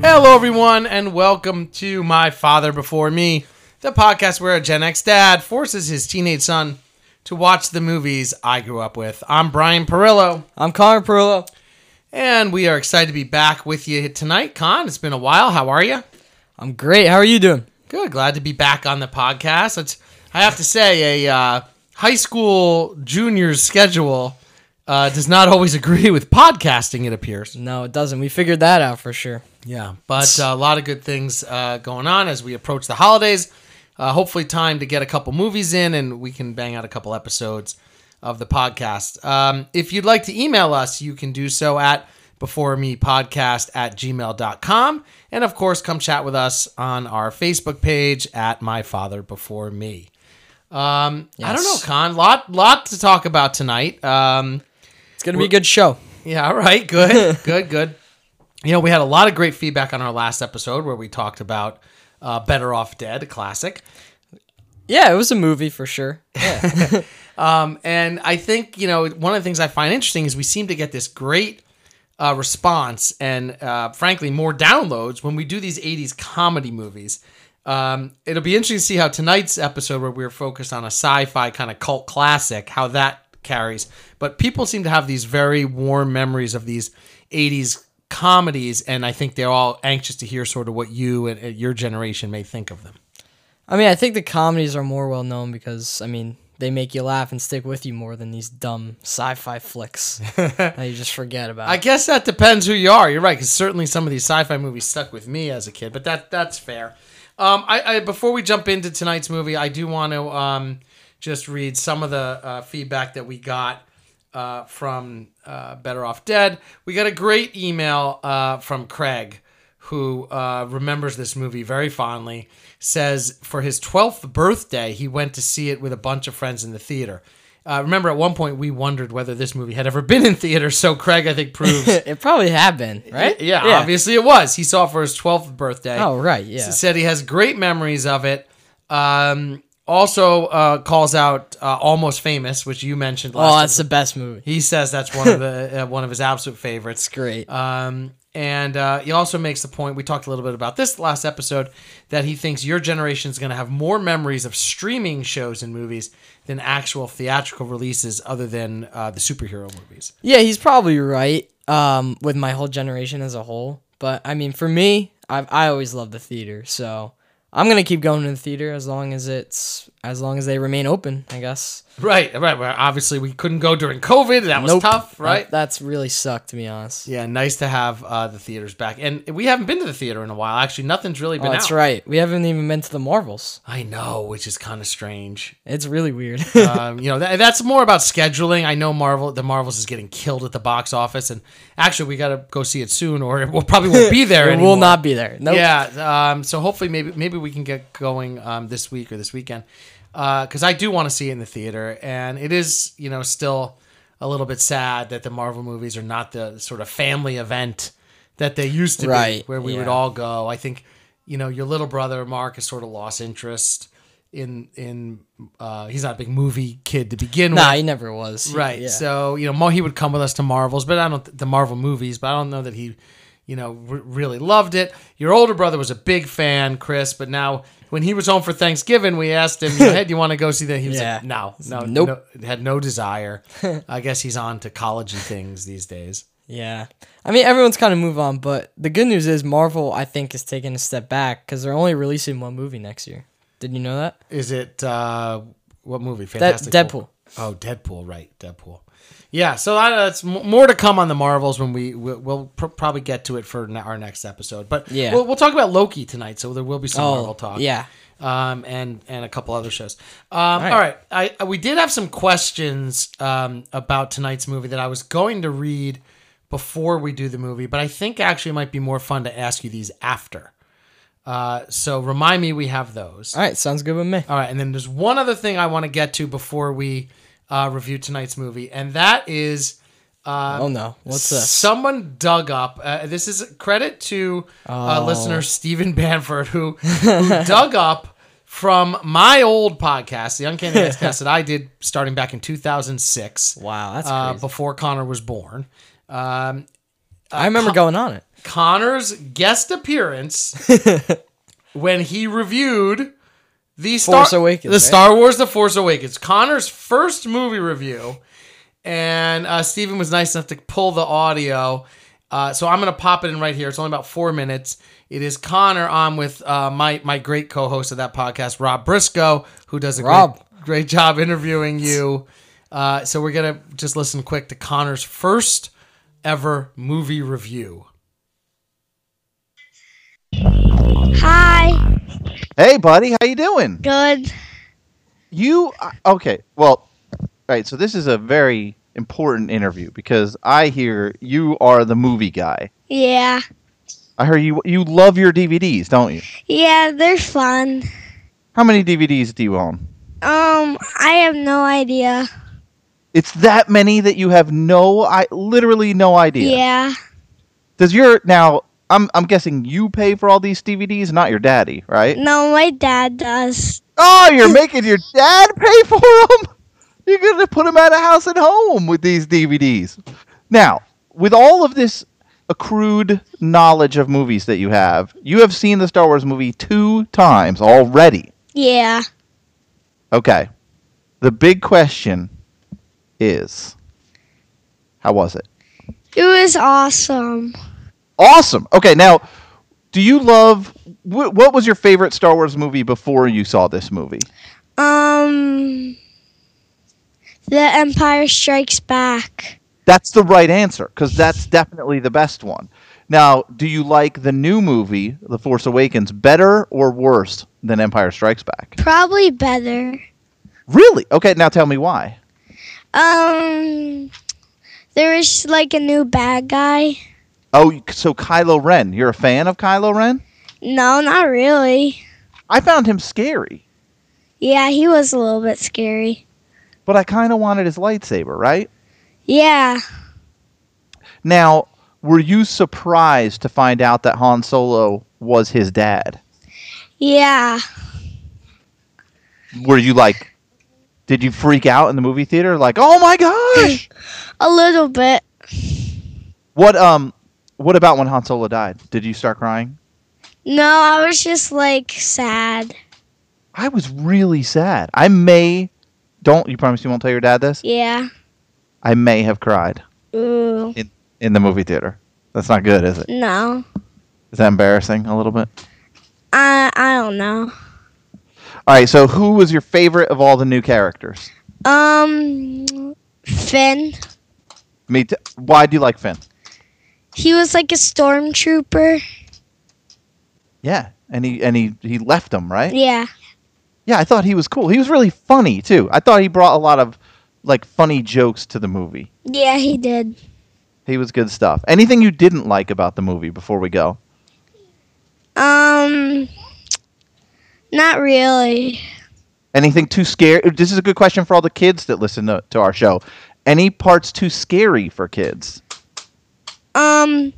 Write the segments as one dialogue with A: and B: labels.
A: Hello, everyone, and welcome to My Father Before Me, the podcast where a Gen X dad forces his teenage son to watch the movies I grew up with. I'm Brian Perillo,
B: I'm Connor Perillo.
A: and we are excited to be back with you tonight. Con, it's been a while. How are you?
B: I'm great. How are you doing?
A: Good. Glad to be back on the podcast. It's, I have to say, a uh, high school junior's schedule uh, does not always agree with podcasting, it appears.
B: No, it doesn't. We figured that out for sure.
A: Yeah, but uh, a lot of good things uh, going on as we approach the holidays. Uh, hopefully, time to get a couple movies in, and we can bang out a couple episodes of the podcast. Um, if you'd like to email us, you can do so at before me podcast at gmail.com. And of course, come chat with us on our Facebook page at my father before me. Um, I don't know,
B: Yes.
A: Con. Lot lot to talk about tonight. Um,
B: It's gonna be a good show.
A: yeah, all right. Good, good, good. You know, we had a lot of great feedback on our last episode where we talked about uh, Better Off Dead, a classic.
B: Yeah, it was a movie for sure.
A: Um, and I think, you know, one of the things I find interesting is we seem to get this great uh, response and, uh, frankly, more downloads when we do these 80s comedy movies. Um, it'll be interesting to see how tonight's episode, where we were focused on a sci fi kind of cult classic, how that carries. But people seem to have these very warm memories of these 80s comedies, and I think they're all anxious to hear sort of what you and, and your generation may think of them.
B: I mean, I think the comedies are more well known because I mean they make you laugh and stick with you more than these dumb sci-fi flicks that you just forget about.
A: I guess that depends who you are. You're right, because certainly some of these sci-fi movies stuck with me as a kid, but that that's fair. Um, I, I before we jump into tonight's movie, I do want to um, just read some of the uh, feedback that we got uh, from uh, Better Off Dead. We got a great email uh, from Craig, who uh, remembers this movie very fondly. Says for his 12th birthday, he went to see it with a bunch of friends in the theater. Uh, remember, at one point, we wondered whether this movie had ever been in theater. So Craig, I think, proves
B: it probably had been right.
A: yeah, obviously it was. He saw it for his 12th birthday.
B: Oh right, yeah.
A: S- Said he has great memories of it. Um, also uh, calls out uh, Almost Famous, which you mentioned last
B: Oh,
A: time.
B: that's the best movie.
A: He says that's one of the uh, one of his absolute favorites.
B: It's great.
A: Um, and uh, he also makes the point we talked a little bit about this last episode that he thinks your generation is going to have more memories of streaming shows and movies than actual theatrical releases, other than uh, the superhero movies.
B: Yeah, he's probably right um, with my whole generation as a whole. But I mean, for me, I I always loved the theater, so I'm gonna keep going to the theater as long as it's as long as they remain open. I guess.
A: Right, right. Well, obviously, we couldn't go during COVID. That was
B: Nope.
A: tough, right?
B: That, that's really sucked, to be honest.
A: Uh, yeah, nice to have uh, the theaters back. And we haven't been to the theater in a while. Actually, nothing's really been
B: Oh, that's
A: out.
B: right. We haven't even been to the Marvels.
A: I know, which is kind of strange.
B: It's really weird.
A: um, you know, tha that's more about scheduling. I know Marvel, the Marvels is getting killed at the box office, and actually, we got to go see it soon, or it will probably won't be there.
B: we
A: anymore.
B: will not be there. Nope.
A: Yeah. Um, so hopefully, maybe maybe we can get going um, this week or this weekend because I do want to see it in the theater, and it is you know still a little bit sad that the Marvel movies are not the sort of family event that they used to be,
B: Right,
A: where we would
B: yeah.
A: all go. I think you know your little brother Mark has sort of lost interest in in uh, he's not a big movie kid to begin with.
B: Nah, he never was. He-
A: Right.
B: Yeah.
A: So you know, Mo, he would come with us to Marvels, but I don't th- the Marvel movies, but I don't know that he, you know, re- really loved it. Your older brother was a big fan, Chris, but now when he was home for Thanksgiving, we asked him, "Hey, do you want to go see that?" He was
B: Yeah.
A: like, "No, no,
B: Nope.
A: no," had no desire. I guess he's on to college and things these days.
B: yeah. I mean, everyone's kind of move on, but the good news is Marvel, I think, is taking a step back because they're only releasing one movie next year. Did you know that?
A: Is it uh, what movie? Fantastic
B: Deadpool.
A: Four. Oh, Deadpool, right? Deadpool. Yeah, so I- that's m- more to come on the Marvels when we we'll, we'll pr- probably get to it for n- our next episode. But
B: Yeah.
A: we'll, we'll talk about Loki tonight, so there will be some
B: Oh,
A: Marvel talk.
B: yeah.
A: um, and and a couple other shows. Um, all right,
B: right.
A: I, I we did have some questions um, about tonight's movie that I was going to read before we do the movie, but I think actually it might be more fun to ask you these after. Uh, so remind me, we have those.
B: All right. Sounds good with me.
A: All right, and then there's one other thing I want to get to before we uh, review tonight's movie, and that is uh,
B: oh, no. What's this?
A: someone dug up. Uh, this is credit to
B: Oh.
A: uh, listener Stephen Banford who, who dug up from my old podcast, the Uncanny X-Cast that I did starting back in 2006
B: Wow. That's
A: uh,
B: crazy.
A: before Connor was born. Um,
B: I remember going on it.
A: Connor's guest appearance when he reviewed the Star
B: Force
A: the
B: Awakens, right?
A: Star Wars: The Force Awakens. Connor's first movie review, and uh, Steven was nice enough to pull the audio. Uh, so I'm gonna pop it in right here. It's only about four minutes. It is Connor on with uh, my my great co-host of that podcast, Rob Briscoe, who does a
B: Rob.
A: Great, great job interviewing you. Uh, so we're gonna just listen quick to Connor's first ever movie review.
C: Hi.
D: Hey, buddy, how you doing?
C: Good.
D: You uh, okay? Well, all right. So this is a very important interview because I hear you are the movie guy.
C: Yeah.
D: I hear you you love your DVDs, don't you?
C: Yeah, they're fun.
D: How many DVDs do you own?
C: Um, I have no idea.
D: It's that many that you have no I literally no idea.
C: Yeah.
D: Does your now I'm I'm guessing you pay for all these DVDs, not your daddy, right?
C: No, my dad does.
D: Oh, you're making your dad pay for them. You're gonna put him out of house and home with these DVDs. Now, with all of this accrued knowledge of movies that you have, you have seen the Star Wars movie two times already.
C: Yeah.
D: Okay. The big question is, how was it?
C: It was awesome.
D: Awesome. Okay, now, do you love? Wh- what was your favorite Star Wars movie before you saw this movie?
C: Um, The Empire Strikes Back.
D: That's the right answer because that's definitely the best one. Now, do you like the new movie, The Force Awakens, better or worse than Empire Strikes Back?
C: Probably better.
D: Really? Okay, now tell me why.
C: Um, there was like a new bad guy.
D: Oh, you- so Kylo Ren. You're a fan of Kylo Ren?
C: No, not really.
D: I found him scary,
C: Yeah, he was a little bit scary.
D: but I kind of wanted his lightsaber, right?
C: Yeah.
D: Now, were you surprised to find out that Han Solo was his dad?
C: Yeah.
D: Were you like, did you freak out in the movie theater? Like, oh my gosh!
C: A little bit.
D: what um, what about when Han Solo died? Did you start crying?
C: No, I was just like sad.
D: I was really sad. I may don't you promise you won't tell your dad this?
C: Yeah.
D: I may have cried
C: Ooh.
D: in the movie theater. That's not good, is it?
C: No.
D: Is that embarrassing a little bit?
C: I I don't know.
D: All right, so who was your favorite of all the new characters?
C: Um Finn.
D: Me t- why do you like Finn?
C: He was like a stormtrooper.
D: Yeah, and he and he he left them, right?
C: Yeah.
D: Yeah, I thought he was cool. He was really funny too. I thought he brought a lot of like funny jokes to the movie.
C: Yeah, he did.
D: He was good stuff. Anything you didn't like about the movie before we go?
C: Um not really.
D: Anything too scary? This is a good question for all the kids that listen to, to our show. Any parts too scary for kids?
C: Um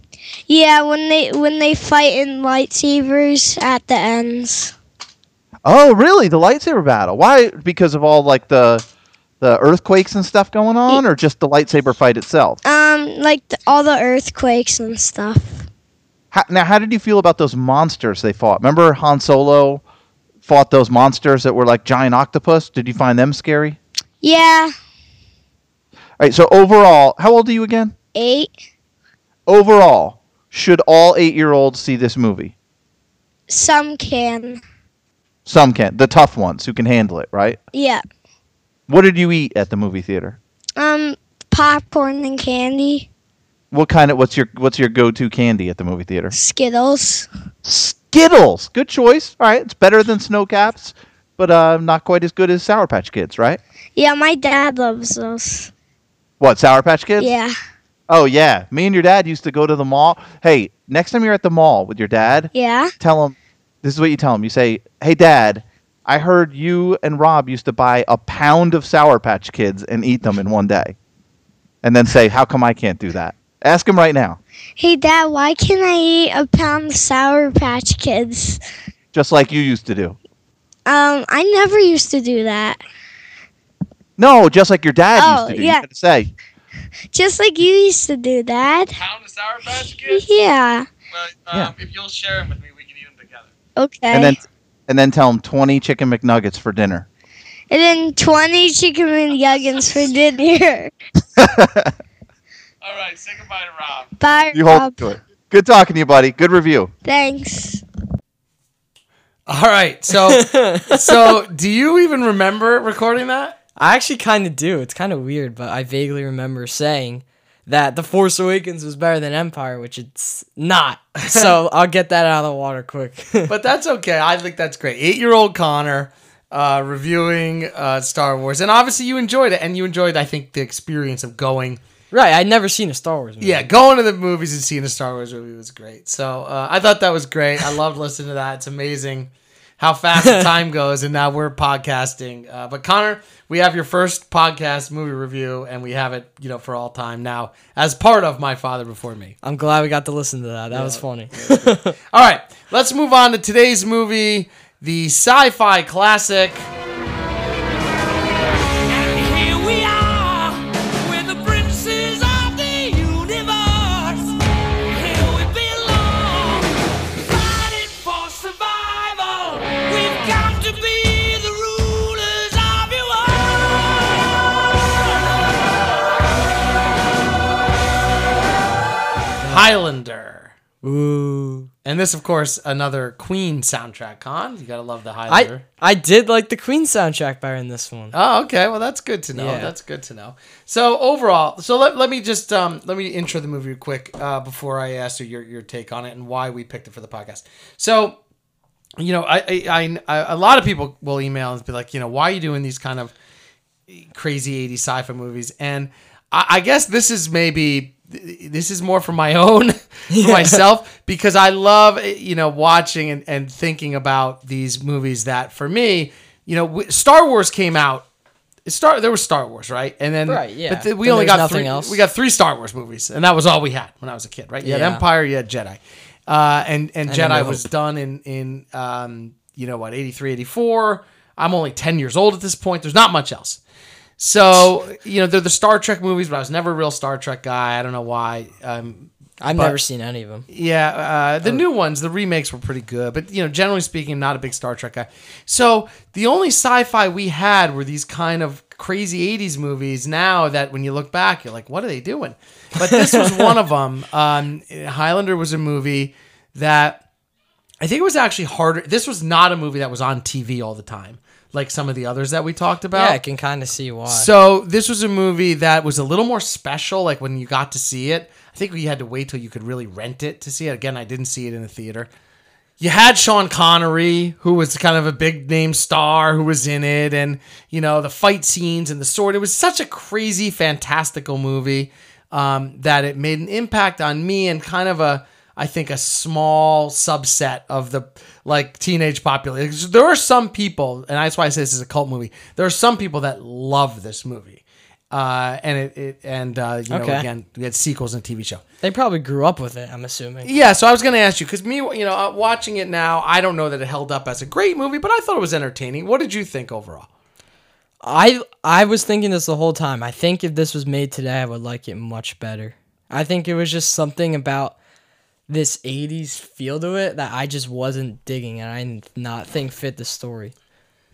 C: yeah, when they when they fight in lightsabers at the ends.
D: Oh, really? The lightsaber battle? Why? Because of all like the the earthquakes and stuff going on, or just the lightsaber fight itself?
C: Um like the, all the earthquakes and stuff.
D: How, now, how did you feel about those monsters they fought? Remember Han Solo fought those monsters that were like giant octopus? Did you find them scary?
C: Yeah.
D: All right. So overall, how old are you again?
C: 8
D: Overall, should all eight year olds see this movie?
C: some can.
D: Some can. The tough ones who can handle it, right?
C: Yeah.
D: What did you eat at the movie theater?
C: Um, popcorn and candy,
D: What kind of what's your what's your go-to candy at the movie theater?
C: Skittles.
D: Skittles. Good choice. All right, it's better than snow caps, but uh, not quite as good as Sour Patch Kids, right?
C: Yeah, my dad loves those.
D: What Sour Patch Kids?
C: Yeah,
D: Oh yeah. Me and your dad used to go to the mall. Hey, next time you're at the mall with your dad,
C: yeah,
D: tell him this is what you tell him. You say, "Hey, Dad." I heard you and Rob used to buy a pound of Sour Patch Kids and eat them in one day. And then say, How come I can't do that? Ask him right now.
C: Hey, dad, why can I eat a pound of Sour Patch Kids?
D: just like you used to do.
C: Um, I never used to do that.
D: No, just like your dad
C: Oh,
D: used to do.
C: yeah.
D: You gotta say,
C: Just like you used to do, Dad.
E: Pound of Sour Patch Kids?
C: Yeah.
E: But um,
D: Yeah.
E: if you'll share them with me, we can eat them together.
C: Okay.
D: and then and then tell him twenty chicken McNuggets for dinner.
C: And then 20 chicken McNuggets for dinner.
E: All right, say goodbye to Rob.
C: Bye,
D: you
C: Rob.
D: hold to it. Good talking to you, buddy. Good review.
C: Thanks.
A: All right. So, so do you even remember recording that?
B: I actually kind of do. It's kind of weird, but I vaguely remember saying that The Force Awakens was better than Empire, which it's not. So I'll get that out of the water quick.
A: But that's okay. I think that's great. Eight-year-old Connor uh, reviewing uh, Star Wars, and obviously you enjoyed it, and you enjoyed, I think, the experience of going
B: right, I'd never seen a Star Wars movie.
A: Yeah, going to the movies and seeing a Star Wars movie was great. So uh, I thought that was great. I loved listening to that. It's amazing how fast the time goes, and now we're podcasting. Uh, but Connor, we have your first podcast movie review, and we have it, you know, for all time now as part of My Father Before Me.
B: I'm glad we got to listen to that. That was funny.
A: All right, let's move on to today's movie, the sci-fi classic.
F: Here we are, we're the princes of the universe. Here we belong, fighting for survival. We've got to be the rulers of your world.
A: Highlander.
B: Ooh.
A: And this, of course, another Queen soundtrack. Con, you gotta love the
B: I
A: Highlander.
B: I did like the Queen soundtrack better in this one.
A: Oh, okay. Well, that's good to know.
B: Yeah.
A: That's good to know. So overall, so let, let me just um, let me intro the movie real quick uh, before I ask you your, your take on it and why we picked it for the podcast. So, you know, I, I, I- I- a lot of people will email and be like, you know, why are you doing these kind of crazy 80s sci-fi movies? And I, I guess this is maybe this is more for my own for myself because I love you know watching and, and thinking about these movies that for me. You know, w- Star Wars came out Star there was Star Wars, right? And then
B: Right, yeah.
A: but th- we
B: Then
A: only
B: there's
A: got
B: nothing
A: three,
B: else.
A: We got three Star Wars movies, and that was all we had when I was a kid, right? You had
B: Yeah.
A: Empire, you had Jedi, uh, and and
B: then
A: Jedi
B: New
A: was
B: Hope.
A: done in in um, you know what 83, 84. I'm only ten years old at this point. There's not much else. So you know they're the Star Trek movies, but I was never a real Star Trek guy. I don't know why. Um,
B: I've
A: but-
B: never seen any of them.
A: yeah, uh, the new ones, the remakes were pretty good, but you know, generally speaking, not a big Star Trek guy. So the only sci-fi we had were these kind of crazy '80s movies. Now that when you look back, you're like, what are they doing? But this was one of them. Um, Highlander was a movie that I think it was actually harder. This was not a movie that was on TV all the time, like some of the others that we talked about.
B: Yeah, I can kind of see why.
A: So this was a movie that was a little more special. Like when you got to see it, I think we had to wait till you could really rent it to see it. Again, I didn't see it in the theater. You had Sean Connery, who was kind of a big name star, who was in it, and you know the fight scenes and the sword. It was such a crazy, fantastical movie um, that it made an impact on me and kind of a, I think, a small subset of the like teenage population. There are some people, and that's why I say this is a cult movie. There are some people that love this movie, uh, and it, it and uh, you know
B: Okay.
A: again we had sequels and TV show.
B: they probably grew up with it. I'm assuming.
A: Yeah, so I was going to ask you because me, you know, uh, watching it now, I don't know that it held up as a great movie, but I thought it was entertaining. What did you think overall?
B: I I was thinking this the whole time. I think if this was made today, I would like it much better. I think it was just something about this 80s feel to it that I just wasn't digging and I did not think fit the story.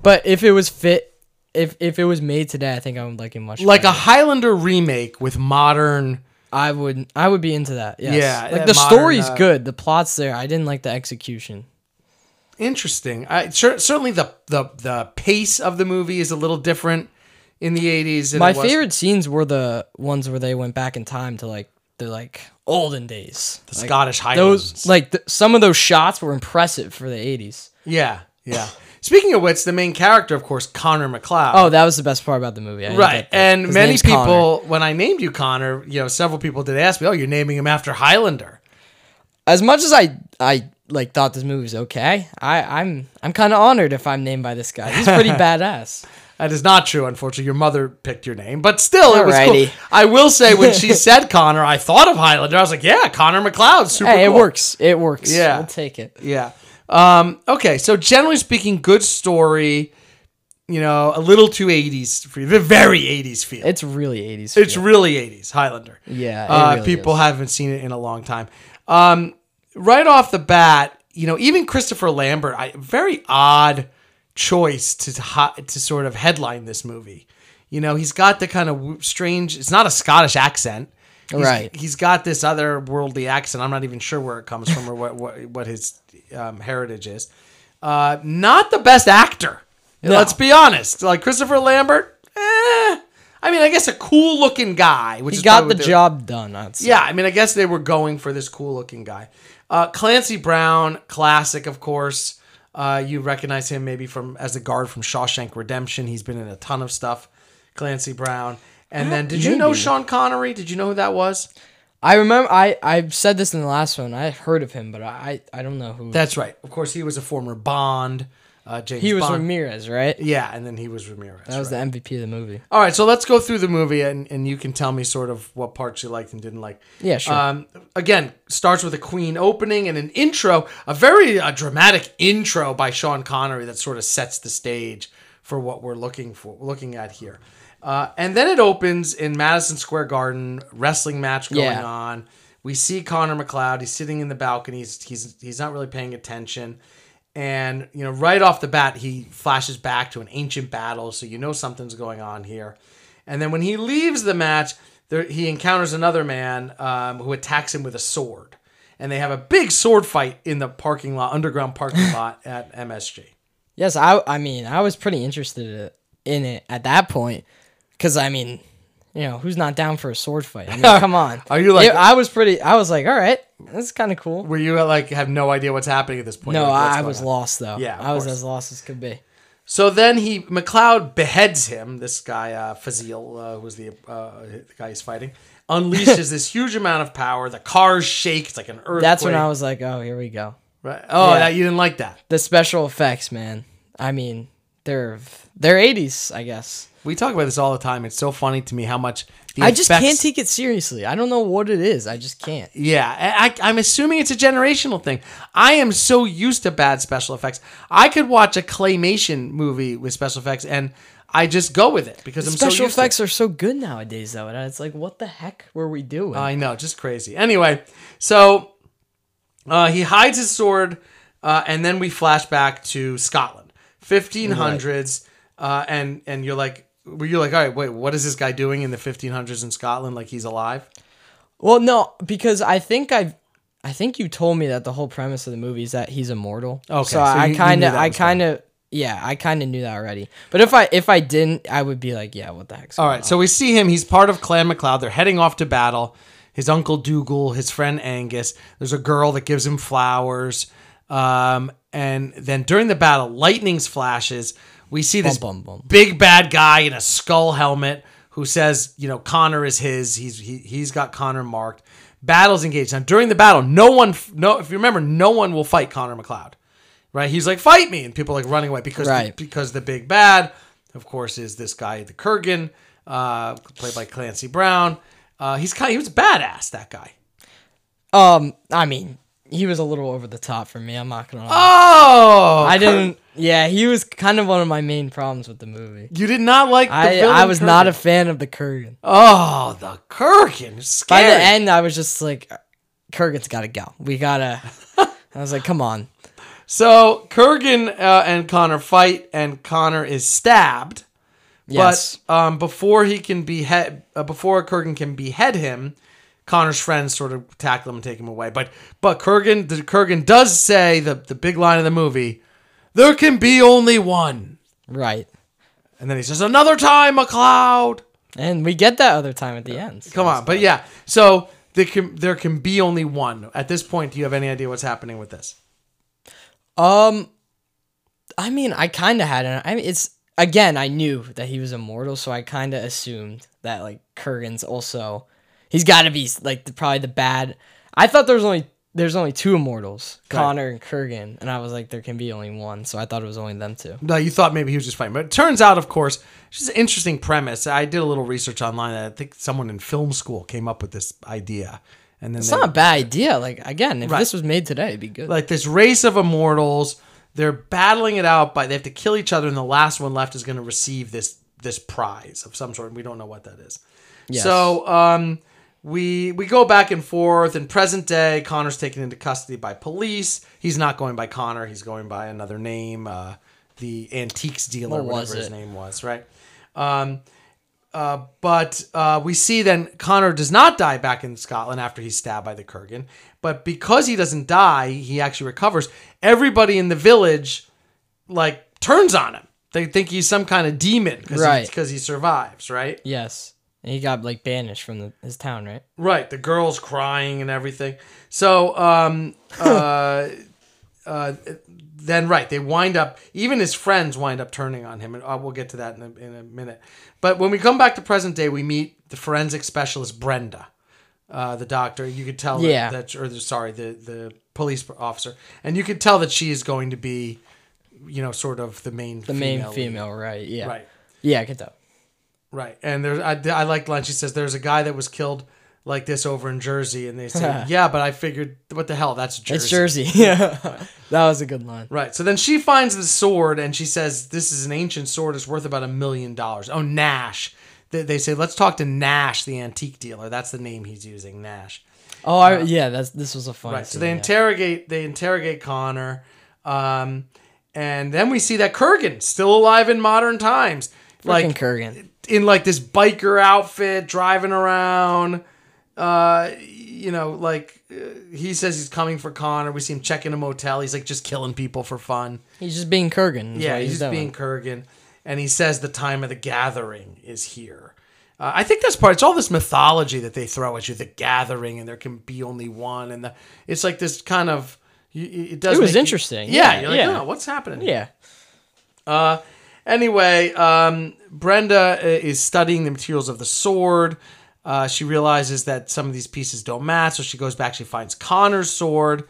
B: But if it was fit if if it was made today, I think I would like it much
A: Like a
B: better.
A: Highlander remake with modern.
B: I would I would be into that. Yes.
A: Yeah,
B: Like
A: that
B: the
A: modern,
B: story's
A: uh,
B: good, the plot's there. I didn't like the execution.
A: Interesting. I cer- certainly the the the pace of the movie is a little different in the eighties.
B: My favorite scenes were the ones where they went back in time to like the like olden days.
A: the Scottish Highlands.
B: Those like th- some of those shots were impressive for the 80s.
A: yeah, yeah. Speaking of which, the main character, of course, Connor McLeod.
B: Oh, that was the best part about the movie. I didn't
A: Right.
B: get that.
A: And
B: His
A: many
B: name's
A: people,
B: Connor.
A: when I named you Connor, you know, several people did ask me, oh, you're naming him after Highlander.
B: as much as I I like thought this movie was okay, I I'm I'm kind of honored if I'm named by this guy. He's pretty badass.
A: That is not true, unfortunately. Your mother picked your name, but still, it was cool.
B: Alrighty.
A: I will say, when she said Connor, I thought of Highlander. I was like, yeah, Connor McLeod, super
B: Hey, it
A: cool.
B: works. It works.
A: Yeah.
B: we'll take it.
A: Yeah. Um, okay, so generally speaking, good story. you know, a little too 80s for you. They're Very 80s feel.
B: It's really 80s.
A: It's
B: feel.
A: really 80s Highlander.
B: yeah. it
A: uh,
B: really
A: people
B: is.
A: haven't seen it in a long time. Um, right off the bat, you know, even Christopher Lambert, I very odd choice to hi- to sort of headline this movie. You know, he's got the kind of w- strange. It's not a Scottish accent. He's-
B: Right.
A: He's got this other worldly accent. I'm not even sure where it comes from or what what, what his um, heritage is. Uh, not the best actor. Let's be honest. Like Christopher Lambert, eh. I mean, I guess a cool looking guy. Which
B: He
A: is
B: got
A: probably
B: the
A: what they-
B: job done. I'd say.
A: yeah, I mean, I guess they were going for this cool looking guy. Uh, Clancy Brown, classic, of course. Uh, you recognize him maybe from as the guard from Shawshank Redemption. He's been in a ton of stuff. Clancy Brown. And then, did you know
B: maybe.
A: Sean Connery? Did you know who that was?
B: I remember. I I said this in the last one. I heard of him, but I I don't know who.
A: That's right. Of course, he was a former Bond. Uh, James
B: he was
A: Bond.
B: Ramirez, right?
A: Yeah, and then he was Ramirez.
B: That was
A: right.
B: the MVP of the movie.
A: All right, so let's go through the movie, and, and you can tell me sort of what parts you liked and didn't like.
B: Yeah, sure.
A: Um, again, starts with a Queen opening and an intro, a very uh, dramatic intro by Sean Connery that sort of sets the stage for what we're looking for, looking at here. Uh, and then it opens in Madison Square Garden, wrestling match going
B: Yeah.
A: on. We see Connor McLeod. He's sitting in the balcony. He's, he's he's not really paying attention. And you know, right off the bat, he flashes back to an ancient battle, so you know something's going on here. And then when he leaves the match, there, he encounters another man um, who attacks him with a sword, and they have a big sword fight in the parking lot, underground parking lot at MSG.
B: Yes, I I mean I was pretty interested i- in it at that point because I mean you know who's not down for a sword fight? I mean, come on.
A: Are you like-
B: Yeah, I was pretty. I was like, all right, this is kind of cool.
A: Where you like have no idea what's happening at this point.
B: No,
A: You're like, what's
B: I, I
A: going
B: was
A: on?
B: lost though.
A: Yeah, of
B: I was
A: course.
B: as lost as could be.
A: So then he McLeod beheads him. This guy uh, Fazil, uh, who's the uh, the guy he's fighting, unleashes this huge amount of power. The cars shake. It's like an earthquake.
B: That's when I was like, oh, here we go.
A: Right. Oh,
B: Yeah.
A: that, you didn't like that.
B: The special effects, man. I mean, they're they're 80s, I guess.
A: We talk about this all the time. It's so funny to me how much the
B: I just
A: effects-
B: can't take it seriously. I don't know what it is. I just can't.
A: Yeah, I, I- I'm assuming it's a generational thing. I am so used to bad special effects. I could watch a claymation movie with special effects, and I just go with it because I'm so
B: Special
A: used to it.
B: effects are so good nowadays, though. And it's like, what the heck were we doing?
A: I know, just crazy. Anyway, so uh, he hides his sword, uh, and then we flash back to Scotland, 1500s, uh, and and you're like, were you like, all right, wait, what is this guy doing in the 1500s in Scotland? Like he's alive?
B: Well, no, because I think I've. I think you told me that the whole premise of the movie is that he's immortal.
A: Okay, so
B: so
A: you-
B: I
A: you
B: kind
A: knew
B: of,
A: that
B: I
A: was coming.
B: kind of, yeah, I kind of knew that already. But if I if I didn't, I would be like, yeah, what the heck's
A: All right, so we see him. He's part of Clan McLeod. They're heading off to battle. His uncle Dougal, his friend Angus. There's a girl that gives him flowers. Um, and then during the battle, lightning flashes. We see this
B: Bum, bum, bum.
A: big bad guy in a skull helmet who says, you know, Connor is his. He's he, he's got Connor marked. Battle's engaged. Now during the battle, no one no if you remember, no one will fight Connor McLeod. Right? He's like, fight me, and people are like running away because
B: Right.
A: because the big bad, of course, is this guy, the Kurgan, uh, played by Clancy Brown. Uh, he's kind of, he was badass, that guy.
B: Um, I mean, he was a little over the top for me. I'm not gonna. Lie.
A: Oh
B: I didn't. Yeah, he was kind of one of my main problems with the movie.
A: You did not like the
B: I
A: villain
B: I was not
A: Kurgan.
B: a fan of the Kurgan.
A: Oh, the Kurgan.
B: By
A: Scary.
B: the end, I was just like, Kurgan's gotta go. We gotta. I was like, come on.
A: So Kurgan uh, and Connor fight, and Connor is stabbed.
B: Yes.
A: But um, before he can behead, uh, before Kurgan can behead him, Connor's friends sort of tackle him and take him away. But but Kurgan, the Kurgan does say the the big line of the movie: "There can be only one."
B: right.
A: And then he says, "Another time, McLeod."
B: And we get that other time at the end. so
A: Come
B: it's
A: on, but yeah. So there can there can be only one. At this point, do you have any idea what's happening with this?
B: Um, I mean, I kind of had an. I mean, it's again, I knew that he was immortal, so I kind of assumed that like Kurgan's also, he's got to be like the, probably the bad. I thought there was only there's only two immortals, Connor and Kurgan, and I was like, there can be only one, so I thought it was only them two.
A: No, you thought maybe he was just fighting, but it turns out, of course, it's just an interesting premise. I did a little research online. and I think someone in film school came up with this idea, and then
B: It's
A: they-
B: not a bad idea. Like again, if
A: Right.
B: this was made today, it'd be good.
A: like this race of immortals They're battling it out by they have to kill each other, and the last one left is going to receive this this prize of some sort. We don't know what that is.
B: Yes.
A: So um, we we go back and forth. In present day, Connor's taken into custody by police. He's not going by Connor. He's going by another name, uh, the antiques dealer,
B: What was
A: whatever his
B: it?
A: name was, right? Um, uh, but uh, we see then Connor does not die back in Scotland after he's stabbed by the Kurgan. But because he doesn't die, he actually recovers. Everybody in the village like turns on him. They think he's some kind of demon because
B: Right.
A: he, survives, right?
B: Yes. And he got like banished from the, his town, right?
A: Right. The girls crying and everything. So um, uh, uh, then, right, they wind up. Even his friends wind up turning on him, and uh, we'll get to that in a, in a minute. But when we come back to present day, we meet the forensic specialist Brenda, uh, the doctor. You could tell,
B: Yeah.
A: that, that or the, sorry, the the police officer, and you could tell that she is going to be, you know, sort of the main
B: The main
A: lead.
B: female, right? Yeah.
A: right?
B: Yeah, I get that.
A: Right. And there's I, I like line. She says there's a guy that was killed like this over in Jersey, and they say, yeah, but I figured what the hell that's Jersey.
B: It's Jersey. Yeah. that was a good line.
A: Right. So then she finds the sword, and she says this is an ancient sword. It's worth about a million dollars. Oh, Nash. They, they say let's talk to Nash, the antique dealer. That's the name he's using, Nash.
B: Oh, I, yeah. That's this was a fun.
A: Uh, Right. So
B: scene,
A: they
B: yeah.
A: interrogate. They interrogate Connor, um, and then we see that Kurgan still alive in modern times.
B: Frickin'
A: Like
B: Kurgan.
A: in like this biker outfit driving around uh you know like uh, he says he's coming for connor we see him checking a motel he's like just killing people for fun
B: He's just being Kurgan. is
A: yeah
B: what
A: he's,
B: he's,
A: just
B: doing.
A: being kurgan and he says the time of the gathering is here uh, i think that's part it's all this mythology that they throw at you the gathering and there can be only one and the it's like this kind of y- y- it does
B: It was
A: make you-
B: interesting.
A: yeah,
B: Yeah,
A: you're like
B: yeah.
A: oh what's happening here?
B: Yeah.
A: Anyway, um, Brenda uh, is studying the materials of the sword. Uh, she realizes that some of these pieces don't match, so she goes back. She finds Connor's sword.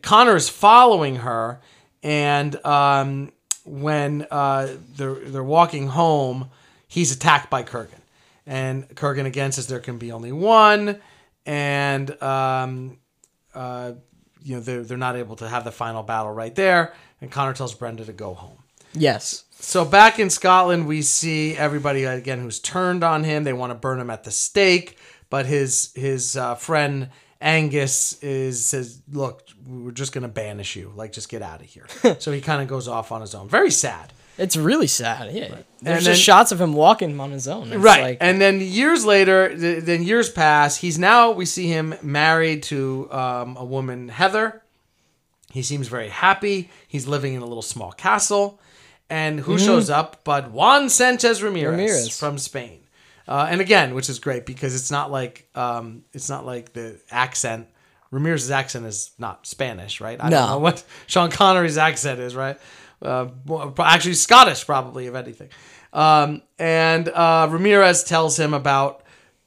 A: Connor is following her, and um, when uh, they're they're walking home, he's attacked by Kurgan, and Kurgan again says there can be only one, and um, uh, you know they're they're not able to have the final battle right there, and Connor tells Brenda to go home.
B: Yes.
A: So back in Scotland, we see everybody again who's turned on him. They want to burn him at the stake, but his his uh, friend Angus is says, "Look, we're just going to banish you. Like, just get out of here." so he kind of goes off on his own. Very sad,
B: It's really sad. Yeah. There's
A: And
B: just
A: then-
B: shots of him walking on his own. It's
A: right?
B: Like,
A: and then years later, th- then years pass. He's now we see him married to um, a woman, Heather. He seems very happy. He's living in a little small castle. And who shows up but Juan Sanchez Ramirez,
B: Mm-hmm. Ramirez.
A: from Spain. Uh, and again, which is great because it's not like um, it's not like the accent. Ramirez's accent is not Spanish, right? I
B: No.
A: don't know what Sean Connery's accent is, right? Uh, well, actually, Scottish probably, if anything. Um, and uh, Ramirez tells him about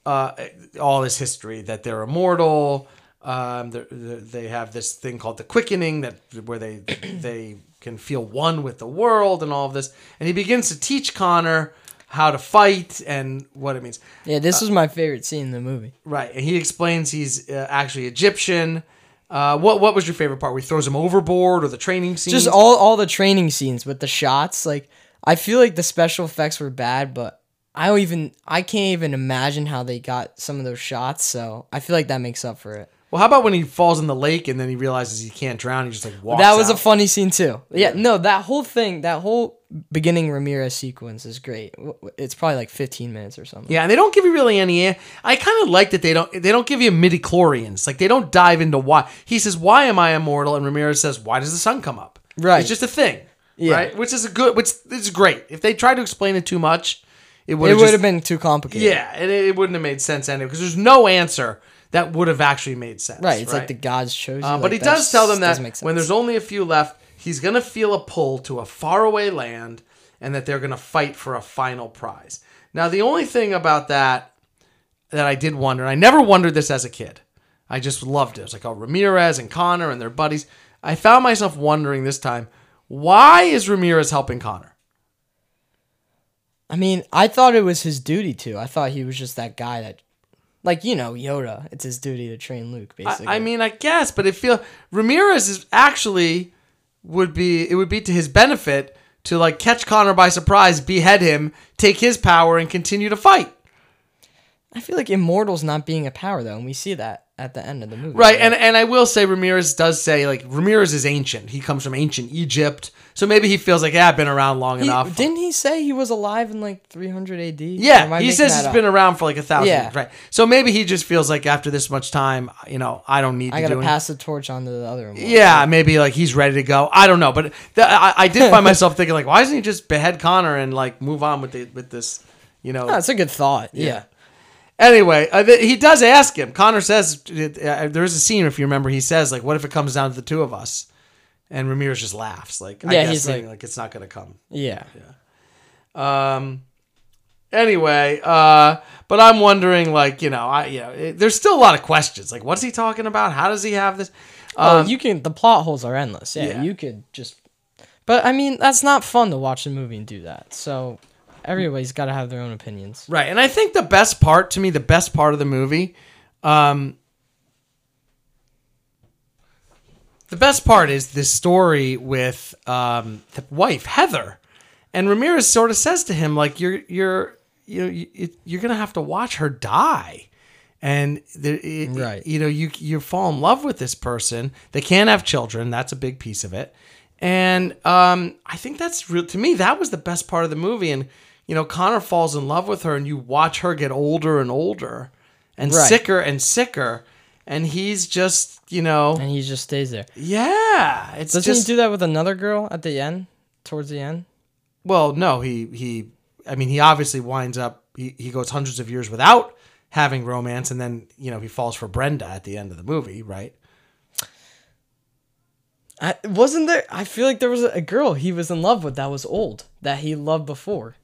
A: uh, all his history that they're immortal. Um, they're, they're- they have this thing called the quickening that where they they can feel one with the world and all of this. And he begins to teach Connor how to fight and what it means.
B: yeah, this was my favorite scene in the movie.
A: Right, and he explains he's uh, actually Egyptian. Uh, what what was your favorite part? Where he throws him overboard or the training scene?
B: Just all all the training scenes with the shots. Like I feel like the special effects were bad, but I don't even I can't even imagine how they got some of those shots. So I feel like that makes up for it.
A: Well, how about when he falls in the lake and then he realizes he can't drown? He just like walks.
B: that was
A: out.
B: a funny scene too. Yeah, no, that whole thing, that whole beginning Ramirez sequence is great. W- w- It's probably like 15 minutes or something.
A: Yeah, and they don't give you really any. an- I kind of like that they don't. They don't give you midi chlorians. Like they don't dive into why. He says, "Why am I immortal?" And Ramirez says, "Why does the sun come up?"
B: Right.
A: It's just a thing.
B: Yeah.
A: Right. Which is a good. Which is great. If they tried to explain it too much, it would.
B: it would
A: just,
B: have been too complicated.
A: Yeah, and it, it wouldn't have made sense anyway because there's no answer that would have actually made sense.
B: Right, it's like the gods chose.
A: Uh, but
B: you, like,
A: he
B: that
A: does tell them
B: just
A: that
B: doesn't make
A: when
B: sense.
A: there's only a few left, he's going to feel a pull to a faraway land and that they're going to fight for a final prize. Now, the only thing about that that I did wonder, and I never wondered this as a kid, I just loved it. It was like, oh, Ramirez and Connor and their buddies. I found myself wondering this time, why is Ramirez helping Connor?
B: I mean, I thought it was his duty to. I thought he was just that guy that, like you know, Yoda. It's his duty to train Luke, basically.
A: I, I mean, I guess, but it feel Ramirez is actually would be it would be to his benefit to like catch Connor by surprise, behead him, take his power, and continue to fight.
B: I feel like Immortals not being a power though, and we see that at the end of the movie.
A: Right, and and I will say Ramirez does say like Ramirez is ancient. He comes from ancient Egypt, so maybe he feels like yeah, I've been around long
B: He-
A: enough.
B: didn't he say he was alive in like 300 AD? Or am
A: yeah,
B: I
A: he
B: making
A: says
B: that
A: it's
B: up?
A: been around for like a thousand
B: Yeah.
A: years, right? So maybe he just feels like after this much time, you know, I don't need
B: I
A: to
B: gotta
A: do anything.
B: pass the torch on to the other Immortal.
A: Yeah, maybe like he's ready to go. I don't know, but th- I, I did find myself thinking like, why doesn't he just behead Connor and like move on with the, with this, you know?
B: No, it's a good thought. Yeah.
A: anyway, uh, th- he does ask him. Connor says uh, there is a scene if you remember. He says like, "What if it comes down to the two of us?" And Ramirez just laughs like, I
B: Yeah,
A: guess
B: he's
A: meaning,
B: like-
A: like it's not gonna come.
B: Yeah.
A: Um. Anyway, uh, but I'm wondering, like, you know, I, you know, it, there's still a lot of questions. Like, what's he talking about? How does he have this?
B: Oh, you can. The plot holes are endless. Yeah,
A: yeah.
B: You could just. But I mean, that's not fun to watch a movie and do that. So everybody's got to have their own opinions.
A: Right. And I think the best part to me, the best part of the movie, um, the best part is this story with um, the wife Heather, and Ramirez sort of says to him like, "You're you're you know you, you're gonna have to watch her die." And there, it,
B: Right.
A: you know, you you fall in love with this person. They can't have children. That's a big piece of it. And um, I think that's real to me. That was the best part of the movie. And you know, Connor falls in love with her, and you watch her get older and older, and
B: Right.
A: sicker and sicker. And he's just, you know,
B: And he just stays there.
A: yeah. It's
B: Doesn't
A: just
B: he do that with another girl at the end? Towards the end?
A: well, no, he he. I mean, he obviously winds up. He, he goes hundreds of years without having romance, and then you know he falls for Brenda at the end of the movie, right?
B: I, wasn't there? I feel like there was a girl he was in love with that was old that he loved before.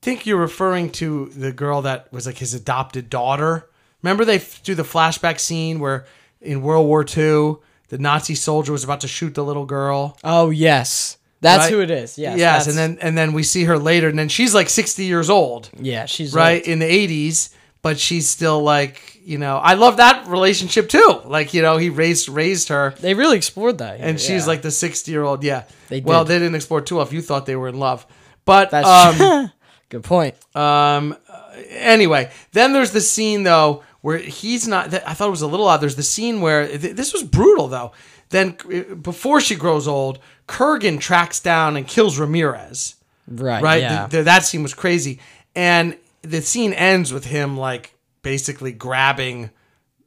A: think you're referring to the girl that was like his adopted daughter. Remember they f- do the flashback scene where in World War II the Nazi soldier was about to shoot the little girl.
B: Oh yes, that's
A: Right?
B: who it is. Yes.
A: yes,
B: that's-
A: and then and then we see her later, and then she's like 60 years old,
B: yeah, she's
A: right,
B: old.
A: in the 80s, but she's still like you know. I love that relationship too. Like you know, he raised raised her.
B: They really explored that. here,
A: And she's
B: yeah.
A: like the 60 year old. Yeah.
B: They
A: Well,
B: did.
A: they didn't explore too well if you thought they were in love. But
B: That's
A: um,
B: good point.
A: Um. uh, Anyway, then there's the scene though where he's not. That, I thought it was a little odd. There's the scene where th- this was brutal though. Then uh, before she grows old, Kurgan tracks down and kills Ramirez.
B: Right.
A: Right.
B: Yeah.
A: Th- th- that scene was crazy, and the scene ends with him like basically grabbing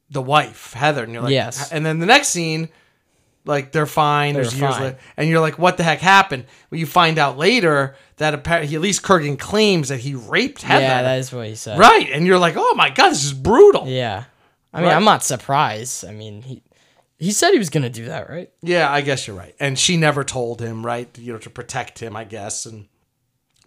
A: the wife Heather, and you're like,
B: Yes.
A: And then the next scene. Like they're fine.
B: They're
A: there's years
B: fine.
A: later, and you're like, "What the heck happened?" Well, you find out later that apparently, at least Kurgan claims that he raped Heather.
B: yeah, that is what he said.
A: Right. And you're like, oh my God, this is brutal. Yeah,
B: Yeah. I mean,
A: Right.
B: I'm not surprised. I mean, he he said he was gonna do that, right?
A: I guess you're right. And she never told him, right? You know, to protect him, I guess. And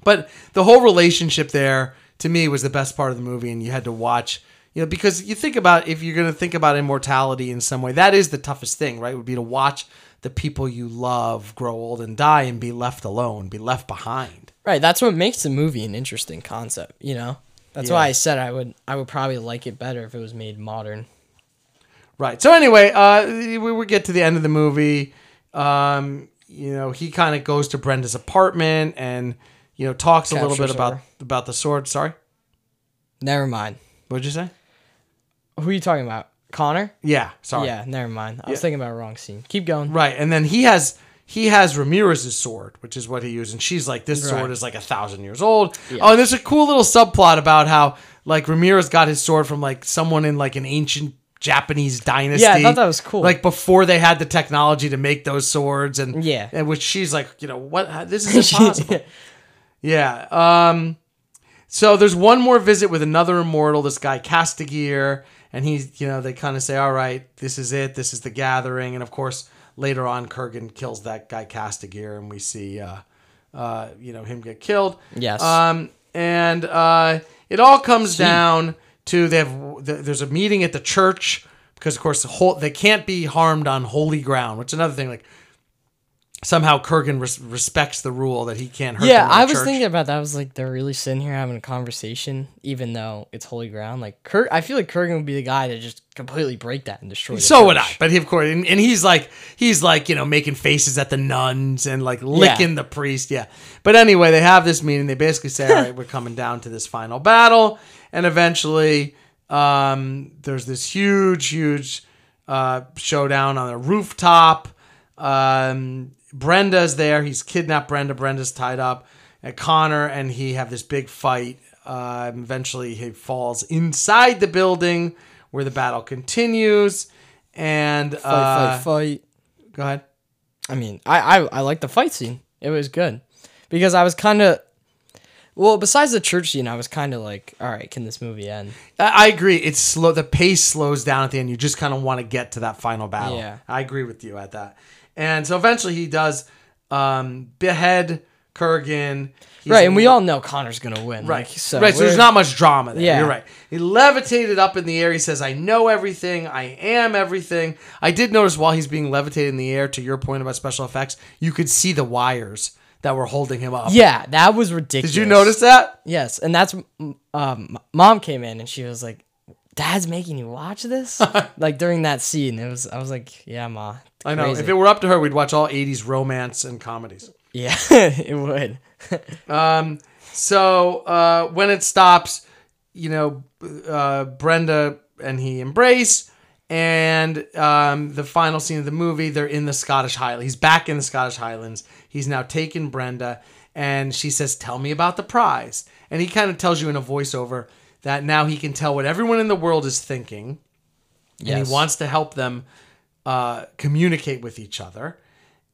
A: but the whole relationship there to me was the best part of the movie, and you had to watch, you know, because you think about if you're gonna think about immortality in some way, that is the toughest thing, right? Would be to watch the people you love grow old and die and be left alone, be left behind.
B: Right. That's what makes the movie an interesting concept. You know. That's why I said I would I would probably like it better if it was made modern.
A: Right. So anyway, uh, we, we get to the end of the movie. Um, you know, he kind of goes to Brenda's apartment and you know talks a little
B: Captures
A: bit about
B: her.
A: about the sword. Sorry,
B: Never mind.
A: what'd you say?
B: Who are you talking about? Connor?
A: Yeah. Sorry.
B: Yeah, never mind. I was thinking about the wrong scene. Keep going.
A: Right. And then he has he has Ramirez's sword, which is what he used, and she's like, "This sword
B: Right.
A: is like a thousand years old." Oh, and there's a cool little subplot about how like Ramirez got his sword from like someone in like an ancient. Japanese dynasty.
B: Yeah, I thought that was cool.
A: Like before they had the technology to make those swords, and
B: Yeah.
A: and which she's like, you know, what? How, this is impossible. Yeah. Um, so there's one more visit with another immortal, this guy Castigear, and he's, you know, they kind of say, all right, this is it, this is the gathering. And of course, later on, Kurgan kills that guy Castigear, and we see, uh, uh, you know, him get killed.
B: Yes.
A: Um, and uh, it all comes down to they have th- there's a meeting at the church because of course the whole they can't be harmed on holy ground, which is another thing. Like somehow Kurgan res- respects the rule that he can't hurt.
B: Yeah,
A: them in
B: I
A: the
B: was
A: church.
B: thinking about that. I was like, they're really sitting here having a conversation, even though it's holy ground. Like, Kirk, I feel like Kurgan would be the guy to just completely break that and destroy. the
A: So would I,
B: church.
A: but he of course, and, and he's like, he's like, you know, making faces at the nuns and like licking the priest, yeah. But anyway, they have this meeting. They basically say, all right, we're coming down to this final battle, and eventually, um, there's this huge, huge uh, showdown on a rooftop. Um, Brenda's there. He's kidnapped Brenda. Brenda's tied up. And Connor and he have this big fight. Um, eventually, he falls inside the building where the battle continues. And
B: Fight,
A: uh,
B: fight, fight.
A: go ahead.
B: I mean, I, I I like the fight scene. It was good because I was kind of well. Besides the church scene, I was kind of like, all right, can this movie end?
A: I I agree. It's slow. The pace slows down at the end. You just kind of want to get to that final battle.
B: Yeah.
A: I agree with you at that. And so eventually, he does um, behead Kurgan. He's
B: right, and we all know Connor's gonna win.
A: Right.
B: like, so
A: right. So there's
B: we're-
A: not much drama there.
B: Yeah.
A: You're right. He levitated up in the air. He says, I know everything. I am everything. I did notice while he's being levitated in the air, to your point about special effects, you could see the wires that were holding him up.
B: Yeah, that was ridiculous.
A: Did you notice that?
B: Yes, and that's um, mom came in and she was like, "Dad's making you watch this." like during that scene, it was I was like, "Yeah, ma."
A: I know.
B: crazy."
A: If it were up to her, we'd watch all 80s romance and comedies.
B: yeah, it would.
A: So uh, when it stops, you know, uh, Brenda and he embrace. And um, the final scene of the movie, they're in the Scottish Highlands. He's back in the Scottish Highlands. He's now taken Brenda, and she says, "Tell me about the prize." And he kind of tells you in a voiceover that now he can tell what everyone in the world is thinking, and
B: Yes.
A: he wants to help them uh, communicate with each other.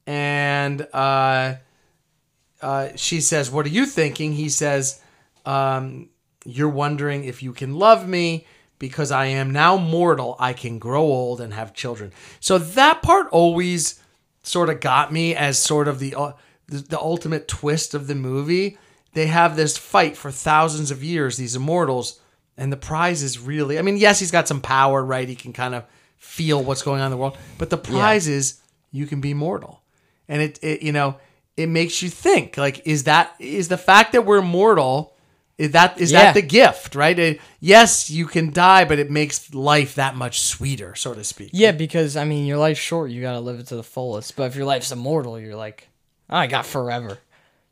A: And uh, uh, she says, "What are you thinking?" He says, um, "You're wondering if you can love me because I am now mortal. I can grow old and have children." So that part always sort of got me as sort of the uh, the, the ultimate twist of the movie. They have this fight for thousands of years, these immortals, and the prize is really. I mean, yes, he's got some power, right? He can kind of feel what's going on in the world, but the prize is you can be mortal, and it, it you know it makes you think. Like, is that is the fact that we're mortal? Is that is that
B: Yeah.
A: the gift, right? It- yes, you can die, but it makes life that much sweeter, so to speak.
B: Yeah, because I mean, your life's short; you gotta live it to the fullest. But if your life's immortal, you're like, "Oh, I got forever.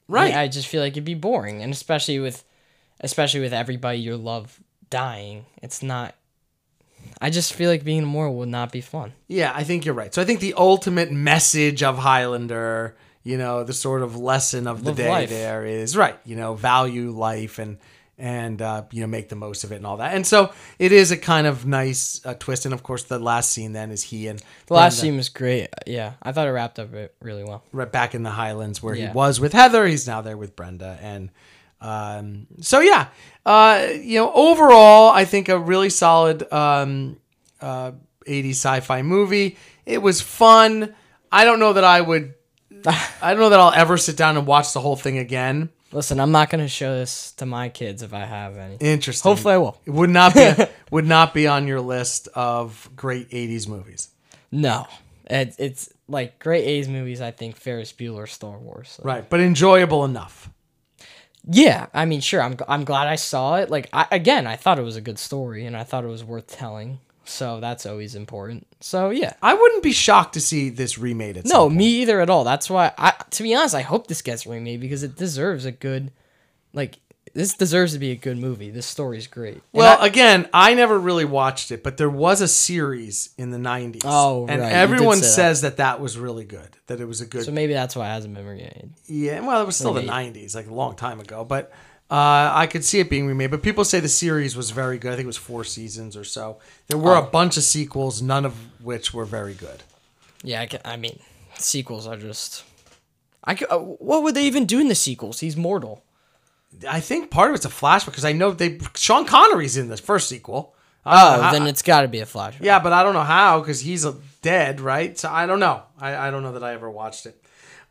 A: Right.
B: I just feel like it'd be boring, and especially with, especially with everybody you love dying, it's not. I just feel like being immortal would not be fun.
A: Yeah, I think you're right. So I think the ultimate message of Highlander, you know, the sort of lesson of the
B: Live
A: day
B: life.
A: there is right. You know, value life and and uh, you know make the most of it and all that. And so it is a kind of nice uh, twist. And of course, the last scene then is he and
B: The last scene was great. Yeah, I thought it wrapped up it really well.
A: right back in the Highlands where
B: Yeah.
A: he was with Heather. He's now there with Brenda, and um, so yeah, uh, you know, overall, I think a really solid um, uh, '80s sci-fi movie. It was fun. I don't know that I would. I don't know that I'll ever sit down and watch the whole thing again.
B: Listen, I'm not gonna show this to my kids if I have any.
A: Interesting.
B: Hopefully, I will.
A: it would not be would not be on your list of great '80s movies.
B: No, it, it's like great A's movies. I think Ferris Bueller, Star Wars. So.
A: Right, but enjoyable enough.
B: Yeah, I mean, sure. I'm gl- I'm glad I saw it. Like I, again, I thought it was a good story, and I thought it was worth telling. So that's always important. So yeah.
A: I wouldn't be shocked to see this remade. At
B: No, me either at all. That's why I to be honest, I hope this gets remade because it deserves a good like this deserves to be a good movie. This story's great. And
A: Well,
B: I-
A: again, I never really watched it, but there was a series in the 90s.
B: Oh,
A: And
B: right. You did
A: everyone
B: say that.
A: says that that was really good, that it was a good.
B: so maybe that's why it hasn't been remade.
A: yeah, well, it was still the
B: Maybe.
A: 90s, like a long time ago, but uh, I could see it being remade. But people say the series was very good. I think it was four seasons or so. There were
B: Oh.
A: a bunch of sequels, none of which were very good.
B: Yeah, I, ca- I mean, sequels are just I ca- uh, what would they even do in the sequels? He's mortal.
A: I think part of it's a flashback because I know they Sean Connery's in the first sequel.
B: Oh, then it's got to be a flashback.
A: Yeah, but I don't know how because he's uh, dead, right? So I don't know. I, I don't know that I ever watched it.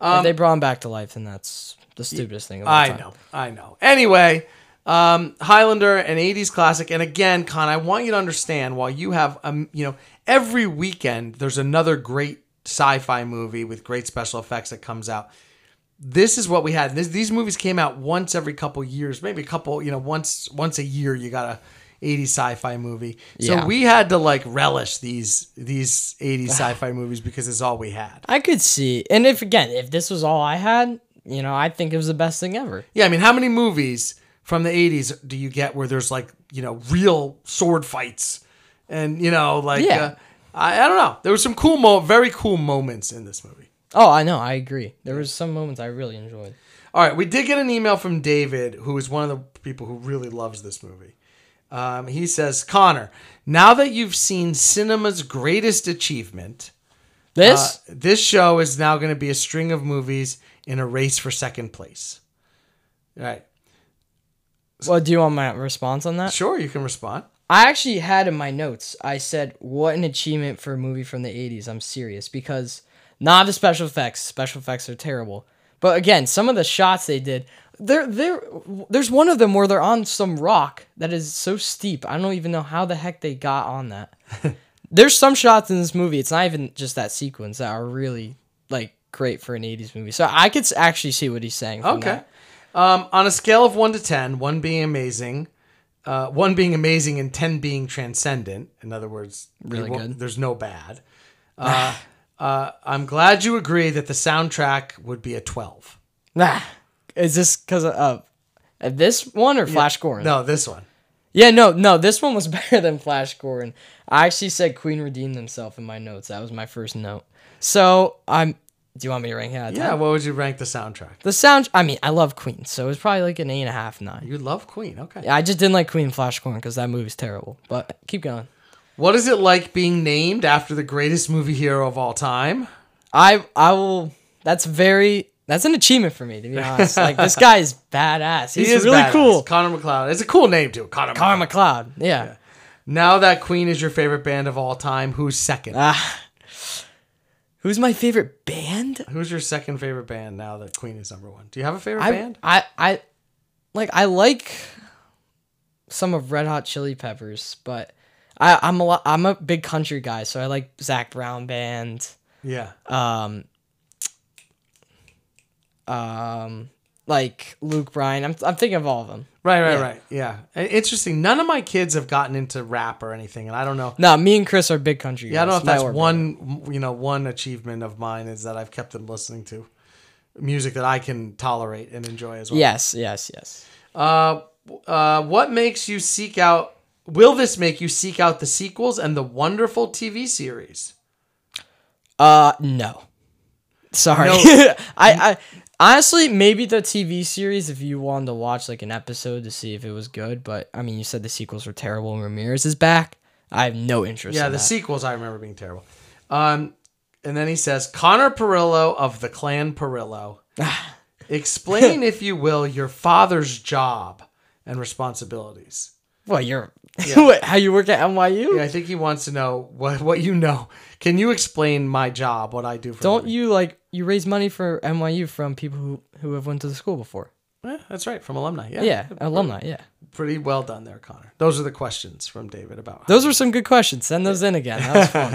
B: if they brought him back to life, then that's the stupidest thing. Of all
A: I
B: time.
A: know, I know. Anyway, um, Highlander, an '80s classic, and again, Con, I want you to understand. While you have, um, you know, every weekend there's another great sci-fi movie with great special effects that comes out. This is what we had. This, these movies came out once every couple years, maybe a couple, you know, once once a year you got a 80 sci-fi movie. So
B: Yeah.
A: we had to like relish these these 80 sci-fi movies because it's all we had.
B: I could see. And if again, if this was all I had, you know, I'd think it was the best thing ever.
A: Yeah, I mean, how many movies from the '80s do you get where there's like you know real sword fights, and you know like
B: Yeah.
A: uh, I, I don't know. There were some cool, mo- very cool moments in this movie.
B: Oh, I know, I agree. There was some moments I really enjoyed.
A: All right, we did get an email from David, who is one of the people who really loves this movie. Um, he says, Connor, now that you've seen cinema's greatest achievement,
B: This?
A: uh, this show is now going to be a string of movies in a race for second place. All right,
B: well, do you want my response on that?
A: sure, you can respond.
B: I actually had in my notes, I said, what an achievement for a movie from the 80s. I'm serious. Because not the special effects. Special effects are terrible. But again, some of the shots they did, they're, they're, there's one of them where they're on some rock that is so steep. I don't even know how the heck they got on that. there's some shots in this movie. It's not even just that sequence that are really like great for an 80s movie. So I could s- actually see what he's saying. from
A: Okay.
B: that.
A: Um, on a scale of one to ten, one being amazing, uh, one being amazing, and ten being transcendent. In other words,
B: Really
A: you won't-
B: good.
A: There's no bad. Uh, uh, I'm glad you agree that the soundtrack would be a twelve.
B: Nah. Is this because of uh, this one or Flash Gordon?
A: No, this one.
B: Yeah, no, no, this one was better than Flash Gordon. I actually said Queen redeemed himself in my notes. That was my first note. So I'm. Do you want me to rank it? out of
A: Yeah.
B: 10?
A: What would you rank the soundtrack?
B: The sound. I mean, I love Queen, so it was probably like an eight and a half, nine.
A: You love Queen. Okay.
B: I just didn't like Queen and Flash Gordon because that movie's terrible. But keep going.
A: What is it like being named after the greatest movie hero of all time?
B: I I will. That's very. That's an achievement for me to be honest. like this guy is badass. He's really
A: badass.
B: cool.
A: Connor McLeod. It's a cool name too. Connor.
B: Connor
A: McLeod.
B: McLeod. Yeah.
A: Now that Queen is your favorite band of all time, who's second?
B: Ah. who's my favorite band?
A: Who's your second favorite band now that Queen is number one? Do you have a favorite
B: I,
A: band?
B: I I like I like some of Red Hot Chili Peppers, but I I'm a lot, I'm a big country guy, so I like Zach Brown band.
A: Yeah.
B: Um um like Luke Bryan. I'm I'm thinking of all of them.
A: Right, right,
B: yeah.
A: right. Yeah. I- Interesting. None of my kids have gotten into rap or anything, and I don't know.
B: No, me and Chris are big country guys.
A: Yeah, I don't know if
B: my
A: that's
B: older
A: one, you know, one achievement of mine is that I've kept them listening to music that I can tolerate and enjoy as well.
B: brother. Yes, yes, yes.
A: Uh, uh, what makes you seek out? Will this make you seek out the sequels and the wonderful TV series?
B: Uh no. Sorry.
A: No.
B: I I honestly maybe the TV series if you wanted to watch like an episode to see if it was good, but I mean you said the sequels were terrible and Ramirez is back. I have no interest
A: Yeah,
B: in
A: the
B: that.
A: sequels I remember being terrible. Um, and then he says, Connor Perillo of the Clan Perillo, explain, if you will, your father's job and responsibilities.
B: well, you're What, how you work at NYU?
A: Yeah, I think he wants to know what what you know. Can you explain my job, what I do for? a
B: Don't
A: living?
B: you like you raise money for NYU from people who who have went to the school before?
A: Eh, that's right, from alumni. Yeah,
B: Yeah, alumni, yeah.
A: pretty well done there, Connor. Those are the questions from David about.
B: Those were some good questions. Send those in again. That was fun.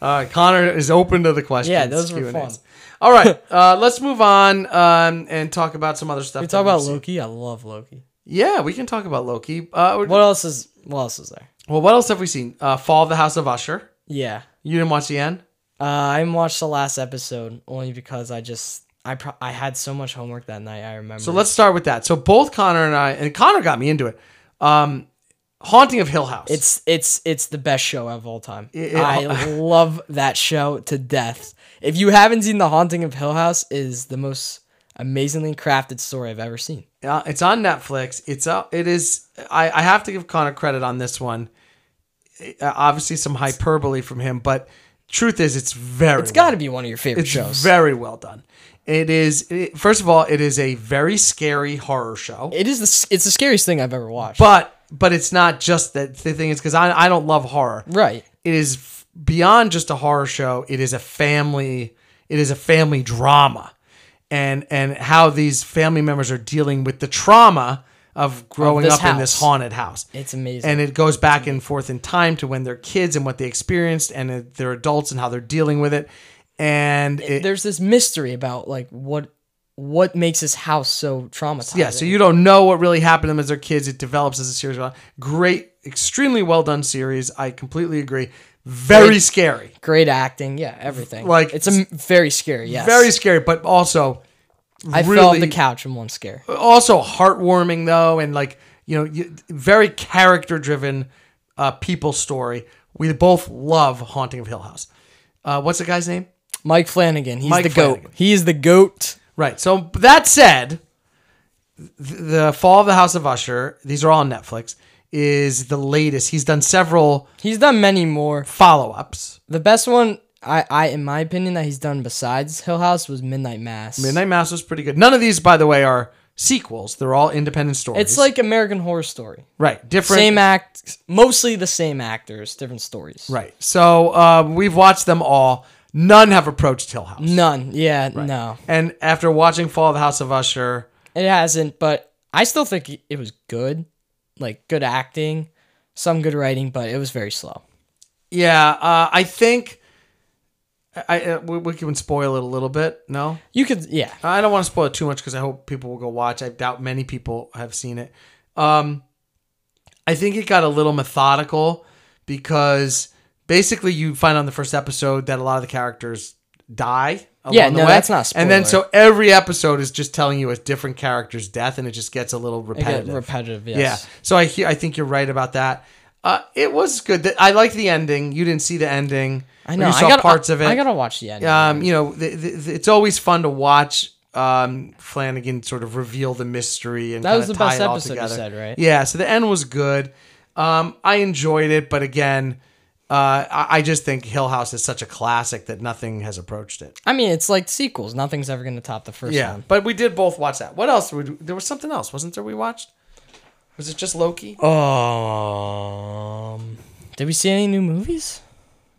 A: All right, uh, Connor is open to the questions.
B: Yeah, those were
A: Q&As.
B: fun.
A: All right, uh, let's move on um, and talk about some other stuff.
B: we
A: that
B: talk about
A: we've seen.
B: Loki. I love Loki.
A: Yeah, we can talk about Loki. Uh,
B: What else is what else is there?
A: Well, what else have we seen? Uh, Fall of the House of Usher.
B: Yeah.
A: You didn't watch the end?
B: Uh, I haven't watched the last episode only because I just I pro- I had so much homework that night. I remember.
A: So let's start with that. So both Connor and I, and Connor got me into it. Um, Haunting of Hill House.
B: It's it's it's the best show of all time.
A: It- it-
B: I love that show to death. If you haven't seen The Haunting of Hill House, it is the most amazingly crafted story I've ever seen.
A: uh, it's on Netflix. It's uh, it is. I, I have to give Connor credit on this one. Uh, obviously, some hyperbole from him, but truth is, it's very.
B: It's got to be one of your favorite
A: It's
B: shows.
A: very well done. It is. It, first of all, it is a very scary horror show.
B: it is the s- it's the scariest thing I've ever watched.
A: but but it's not just that. The thing is, because I I don't love horror.
B: right.
A: it is f- beyond just a horror show. It is a family. It is a family drama, and and how these family members are dealing with the trauma of growing
B: this
A: up in this
B: house.
A: haunted house.
B: It's amazing.
A: and it goes back and forth in time to when they're kids and what they experienced, and uh, they're adults and how they're dealing with it. and it,
B: There's this mystery about like what what makes this house so traumatizing.
A: yeah, so you don't know what really happened to them as their kids. It develops as a series. Great, extremely well done series. I completely agree. Very
B: Great.
A: scary,
B: great acting, yeah, everything.
A: Like-
B: it's a m- very scary. Yes,
A: very scary, but also
B: I
A: really
B: fell off the couch in one scare.
A: also heartwarming though, and like you know, you- very character driven uh, people story. We both love Haunting of Hill House. Uh, what's the guy's name?
B: Mike Flanagan, he's
A: Mike
B: the
A: Flanagan.
B: goat. He is the goat.
A: Right. So that said, th- the Fall of the House of Usher. These are all on Netflix. Is the latest. He's done several
B: He's done many more.
A: follow ups.
B: The best one, I, I, in my opinion, that he's done besides Hill House was Midnight Mass.
A: Midnight Mass was pretty good. None of these, by the way, are sequels. They're all independent stories.
B: It's like American Horror Story.
A: right, different.
B: Same act, mostly the same actors, different stories.
A: Right. So uh, we've watched them all. None have approached Hill House.
B: None. Yeah. No.
A: And after watching Fall of the House of Usher,
B: It hasn't, but I still think it was good. Like good acting, some good writing, but it was very slow.
A: yeah, uh, I think I, I we, we can spoil it a little bit. No,
B: You could, yeah.
A: I don't want to spoil it too much because I hope people will go watch. I doubt many people have seen it. Um, I think it got a little methodical because basically you find on the first episode that a lot of the characters die. Along
B: Yeah,
A: the
B: no,
A: way.
B: that's not a
A: And then
B: spoiler.
A: so every episode is just telling you a different character's death, and it just gets a little
B: It got
A: repetitive.
B: repetitive.
A: Yeah.
B: Yes.
A: So I he- I think you're right about that. Uh, it was good. Th- I like the ending. You didn't see the ending.
B: I
A: but
B: know.
A: You saw
B: I gotta,
A: parts of it.
B: I gotta watch the end.
A: um, you know, th- th- th- it's always fun to watch um, Flanagan sort of reveal the mystery and
B: That was
A: kinda
B: the
A: tie
B: best
A: it all
B: episode you
A: together.
B: said, right?
A: Yeah. So the end was good. Um, I enjoyed it, but again, uh, I-, I just think Hill House is such a classic that nothing has approached it.
B: I mean, it's like sequels. Nothing's ever gonna top the first
A: Yeah.
B: one.
A: But we did both watch that. What else? Would- there was something else, wasn't there? We watched. Was it just Loki?
B: Uh, Um, did we see any new movies?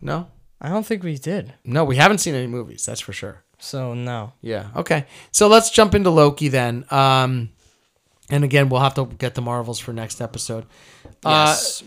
A: No.
B: I don't think we did.
A: No, we haven't seen any movies. That's for sure.
B: So no.
A: Yeah. Okay. So let's jump into Loki then. Um, and again, we'll have to get the Marvels for next episode. Uh,
B: Yes.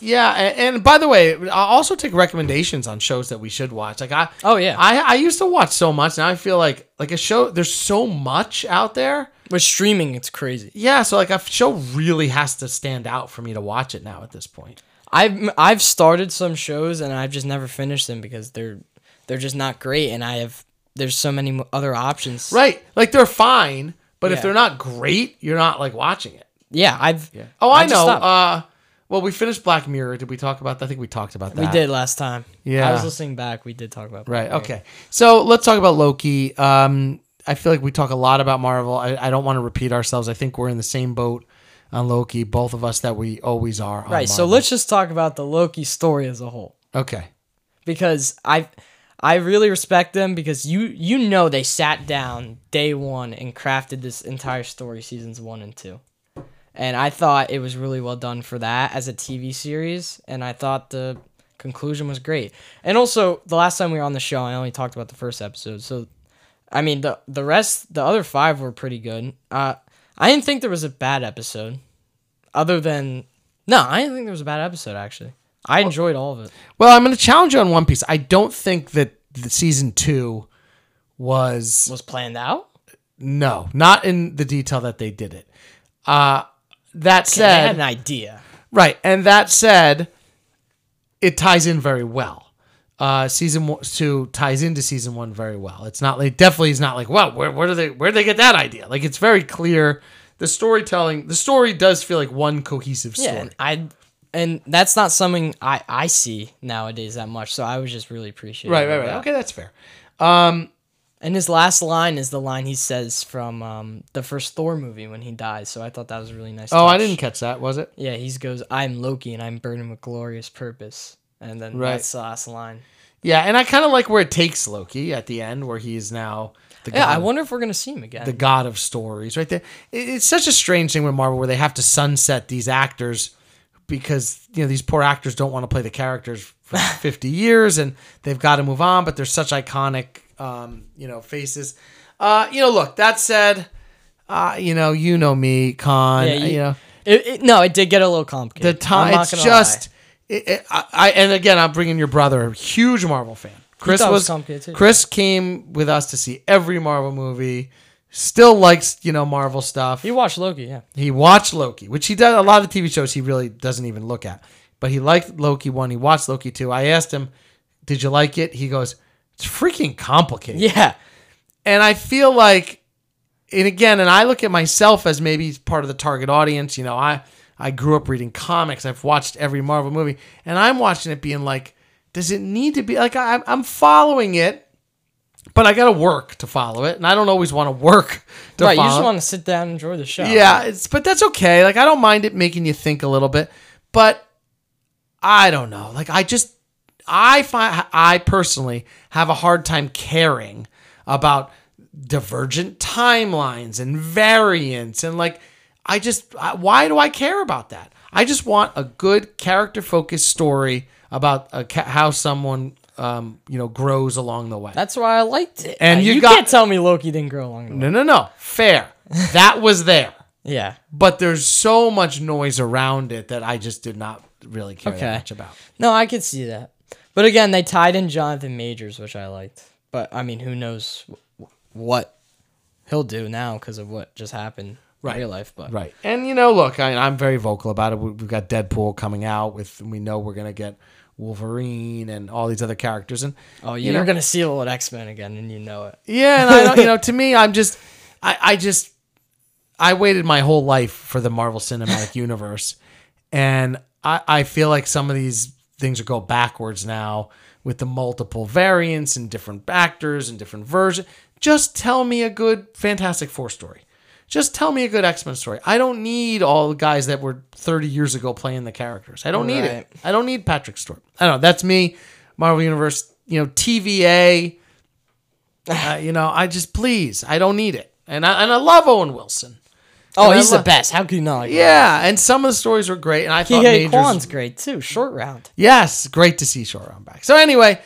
A: Yeah. a- And, by the way, I'll also take recommendations on shows that we should watch. Like I.
B: Oh, yeah.
A: I I used to watch so much, and I feel like like a show. There's so much out there.
B: With streaming, it's crazy.
A: Yeah. So like a show really has to stand out for me to watch it now at this point.
B: I've I've started some shows and I've just never finished them because they're they're just not great, and I have there's so many mo- other options.
A: Right. Like they're fine, but if
B: Yeah.
A: they're not great, you're not like watching it.
B: Yeah. I've.
A: Oh, I,
B: just
A: know.
B: stopped.
A: Uh, well, we finished Black Mirror. Did we talk about that? I think we talked about that.
B: we did last time.
A: Yeah.
B: I was listening back. We did talk about.
A: Right. Okay. So let's talk about Loki. Um, I feel like we talk a lot about Marvel. I, I don't want to repeat ourselves. I think we're in the same boat on Loki, both of us that we always are. on
B: Right. So
A: Marvel.
B: let's just talk about the Loki story as a whole.
A: Okay.
B: because I I really respect them because you you know they sat down day one and crafted this entire story seasons one and two. And I thought it was really well done for that as a TV series, and I thought the conclusion was great. And also, the last time we were on the show, I only talked about the first episode. So, I mean, the the rest, the other five were pretty good. Uh, I didn't think there was a bad episode, other than no, I didn't think there was a bad episode actually. I enjoyed all of it.
A: Well, I'm going to challenge you on One Piece. I don't think that the season two was
B: Was planned out.
A: no, not in the detail that they did it. Uh, that
B: They had
A: said,
B: an idea.
A: Right, and that said, it ties in very well. Uh, season one, two ties into season one very well. It's not like definitely is not like well, where where do they where do they get that idea? Like it's very clear. The storytelling, the story does feel like one cohesive story.
B: Yeah, and I and that's not something I I see nowadays that much. So I was just really appreciative.
A: right, right,
B: of
A: right.
B: that.
A: Okay, that's fair.
B: And his last line is the line he says from um, the first Thor movie when he dies. So I thought that was a really nice.
A: Oh, I
B: touch.
A: didn't catch that. Was it?
B: Yeah, he goes, "I'm Loki, and I'm burning with glorious purpose." And then
A: Right.
B: that's the last line.
A: Yeah, and I kind of like where it takes Loki at the end, where he is now the
B: Yeah, I
A: god-
B: wonder if we're gonna see him again.
A: the god of stories right there It- it's such a strange thing with marvel where they have to sunset these actors because you know these poor actors don't want to play the characters for 50 years and they've got to move on but they're such iconic um, you know faces uh, you know look that said uh, you know you know me con
B: Yeah,
A: you,
B: you-
A: know
B: It- it- no, it did get a little complicated.
A: the time
B: I'm not
A: it's
B: gonna
A: just
B: lie.
A: it, it- I, I and again i'm bringing your brother a huge marvel fan Chris
B: thought it was
A: was,
B: complicated, too.
A: Chris came with us to see every Marvel movie. Still likes you know Marvel stuff.
B: You watched Loki, yeah.
A: He watched Loki, which he does a lot of the TV shows he really doesn't even look at. But he liked Loki one. He watched Loki two. I asked him, "Did you like it?" He goes, "It's freaking complicated."
B: Yeah.
A: And I feel like, and again, and I look at myself as maybe part of the target audience. You know, I I grew up reading comics. I've watched every Marvel movie, and I'm watching it being like, does it need to be like I, I'm following it, but I got to work to follow it, and I don't always want to work. To
B: Right, you
A: follow
B: just
A: it.
B: want to sit down and enjoy the show.
A: Yeah, it's but that's okay. Like I don't mind it making you think a little bit, but I don't know. Like I just I find I personally have a hard time caring about divergent timelines and variants and like I just I, why do I care about that? I just want a good character focused story about a ca- how someone um, you know grows along the way.
B: That's why I liked it.
A: And
B: Uh,
A: you
B: you
A: got-
B: can't tell me Loki didn't grow along the way.
A: no, no, no. Fair. that was there.
B: Yeah.
A: but there's so much noise around it that I just did not really care
B: Okay.
A: that much about.
B: No, I could see that. But again, they tied in Jonathan Majors, which I liked. But I mean, who knows wh- what he'll do now because of what just happened
A: Right.
B: in real life. But
A: Right. And you know, look, I, I'm very vocal about it. We- We've got Deadpool coming out with, we know we're gonna get Wolverine and all these other characters, and
B: oh, you're
A: know-
B: gonna see a lot X Men again, and you know it.
A: yeah, and I don't, you know, to me, I'm just, I, I just, I waited my whole life for the Marvel Cinematic Universe, and I, I feel like some of these things go backwards now with the multiple variants and different actors and different versions. Just tell me a good Fantastic Four story. Just tell me a good X Men story. I don't need all the guys that were 30 years ago playing the characters. I don't need
B: Right.
A: it. I don't need Patrick Stewart. I don't know. That's me. Marvel Universe, you know, TVA. Uh, you know, I just please, I don't need it. And I and I love Owen Wilson.
B: Oh,
A: I
B: he's
A: lo-
B: the best. How could you not? Like
A: Yeah, and some of the stories were great. And I thought
B: Kike
A: Majors,
B: Kwan's great too. Short round.
A: yes, great to see Short Round back. So anyway,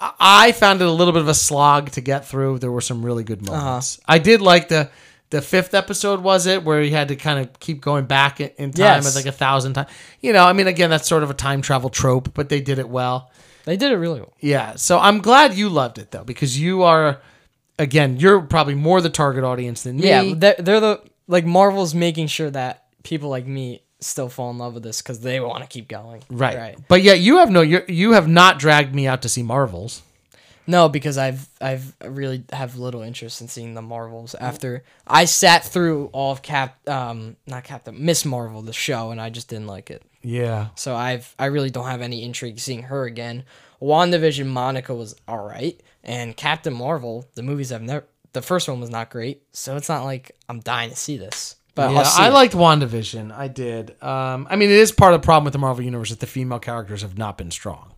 A: I- I found it a little bit of a slog to get through. There were some really good
B: Uh-huh.
A: moments. I did like the the fifth episode was it where he had to kind of keep going back in in time
B: Yes.
A: with like a thousand times. You know, I mean, again, that's sort of a time travel trope, but they did it well.
B: They did it really well.
A: Yeah. So I'm glad you loved it though, because you are, again, you're probably more the target audience than me.
B: Yeah, they're, they're the like Marvel's making sure that people like me still fall in love with this because they want to keep going.
A: right. But yet you have no, you you have not dragged me out to see Marvels.
B: No, because I've I've I really have little interest in seeing the Marvels. After I sat through all of Cap, um, not Captain Miss Marvel, the show, and I just didn't like it.
A: Yeah.
B: So I've I really don't have any intrigue seeing her again. WandaVision Monica was all right, and Captain Marvel, the movies I've never, the first one was not great. So it's not like I'm dying to see this. But
A: Yeah,
B: I'll see
A: I
B: it.
A: liked WandaVision. I did. Um, I mean, it is part of the problem with the Marvel Universe that the female characters have not been strong.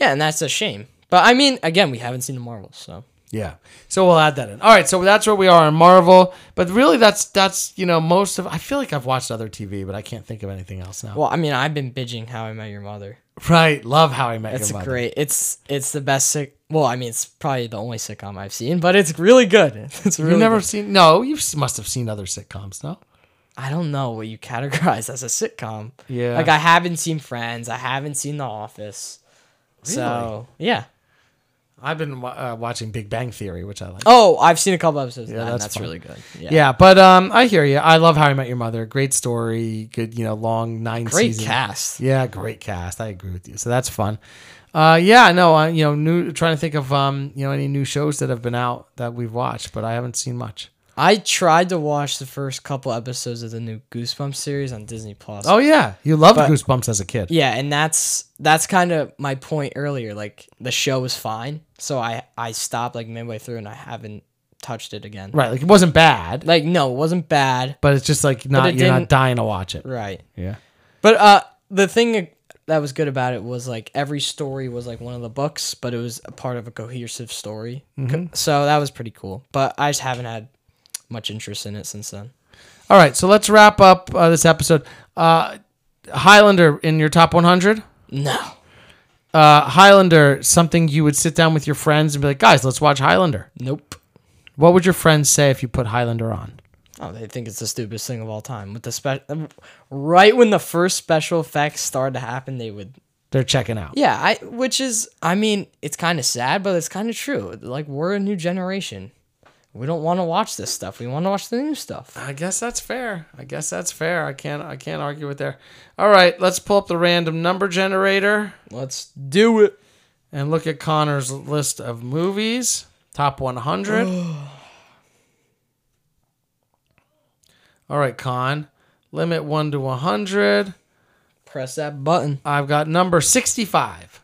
B: Yeah, and that's a shame. But I mean, again, we haven't seen the Marvels, so
A: Yeah. So we'll add that in. All right. So that's where we are on Marvel. But really, that's, that's you know, most of, I feel like I've watched other TV, but I can't think of anything else now.
B: well, I mean, I've been binging How I Met Your Mother.
A: right. Love How I Met
B: It's
A: Your Mother.
B: great. It's it's the best sick. Well, I mean, it's probably the only sitcom I've seen, but it's really good. It's really.
A: You've never
B: good.
A: seen, no, you must have seen other sitcoms, no?
B: I don't know what you categorize as a sitcom.
A: Yeah.
B: Like I haven't seen Friends. I haven't seen The Office. So yeah.
A: I've been wa- uh, watching Big Bang Theory, which I like.
B: Oh, I've seen a couple episodes. Yeah,
A: Yeah,
B: that,
A: that's
B: that's, that's
A: fun.
B: really good. Yeah.
A: yeah. but um, I hear you. I love How I Met Your Mother. Great story. Good, you know, long nine
B: Great
A: season-
B: cast.
A: Yeah, great cast. I agree with you. So that's fun. Uh, yeah, no, I you know, new trying to think of um, you know, any new shows that have been out that we've watched, but I haven't seen much.
B: I tried to watch the first couple episodes of the new Goosebumps series on Disney Plus.
A: Oh yeah, you loved
B: But-
A: Goosebumps as a kid.
B: Yeah, and that's that's kind of my point earlier. Like the show was fine, so I I stopped like midway through and I haven't touched it again.
A: Right, like it wasn't bad,
B: Like no, it wasn't bad.
A: but it's just like not
B: it
A: you're not
B: didn't-
A: dying to watch it.
B: Right.
A: Yeah.
B: But uh the thing that was good about it was like every story was like one of the books, but it was a part of a cohesive story.
A: Mm-hmm.
B: Co- So that was pretty cool. But I just haven't had much interest in it since then.
A: All right, so let's wrap up uh, this episode. Uh, Highlander in your top 100.
B: No.
A: uh, Highlander something you would sit down with your friends and be like, guys, let's watch Highlander.
B: Nope.
A: What would your friends say if you put Highlander on?
B: Oh, they think it's the stupidest thing of all time. With the spe- right when the first special effects started to happen, they would
A: they're checking out.
B: Yeah, I which is I mean, it's kind of sad, but it's kind of true. Like we're a new generation. We don't want to watch this stuff. We want to watch the new stuff.
A: I guess that's fair. I guess that's fair. I can't I can't argue with there. All right, let's pull up the random number generator
B: Let's do it.
A: and look at Connor's list of movies, top 100. All right, Con, limit 1 to 100.
B: Press that button.
A: I've got number 65.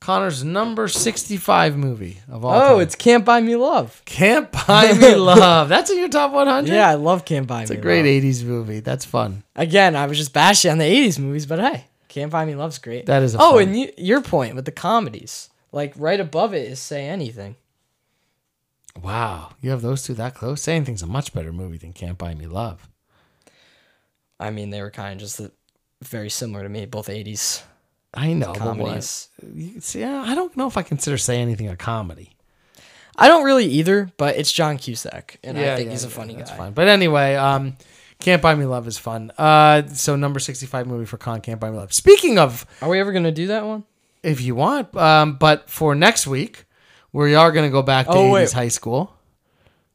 A: Connor's number 65 movie of all
B: Oh,
A: time.
B: it's Can't Buy Me Love.
A: Can't Buy Me Love. That's in your top 100?
B: Yeah, I love Can't Buy
A: It's
B: Me
A: a great
B: Love.
A: 80s movie. That's fun.
B: Again, I was just bashing on the 80s movies, but hey, Can't Buy Me Love's great.
A: That is a
B: Oh,
A: fun-
B: and you, your point with the comedies. Like right above it is Say Anything.
A: Wow. You have those two that close? Saying Thing's a much better movie than Can't Buy Me Love.
B: I mean, they were kind of just uh, very similar to me, both 80s
A: I know. but what-
B: comedies.
A: you- See, I I don't know if I consider Say Anything a comedy.
B: I don't really either, but it's John Cusack, and I think he's a
A: yeah,
B: funny
A: that's
B: guy.
A: fine. But anyway, um, Can't Buy Me Love is fun. Uh, so number 65 movie for Con Can't Buy Me Love. Speaking of
B: Are we ever gonna do that one?
A: if you want. Um, but for next week, we are going to go back to
B: Oh, wait.
A: 80s high school.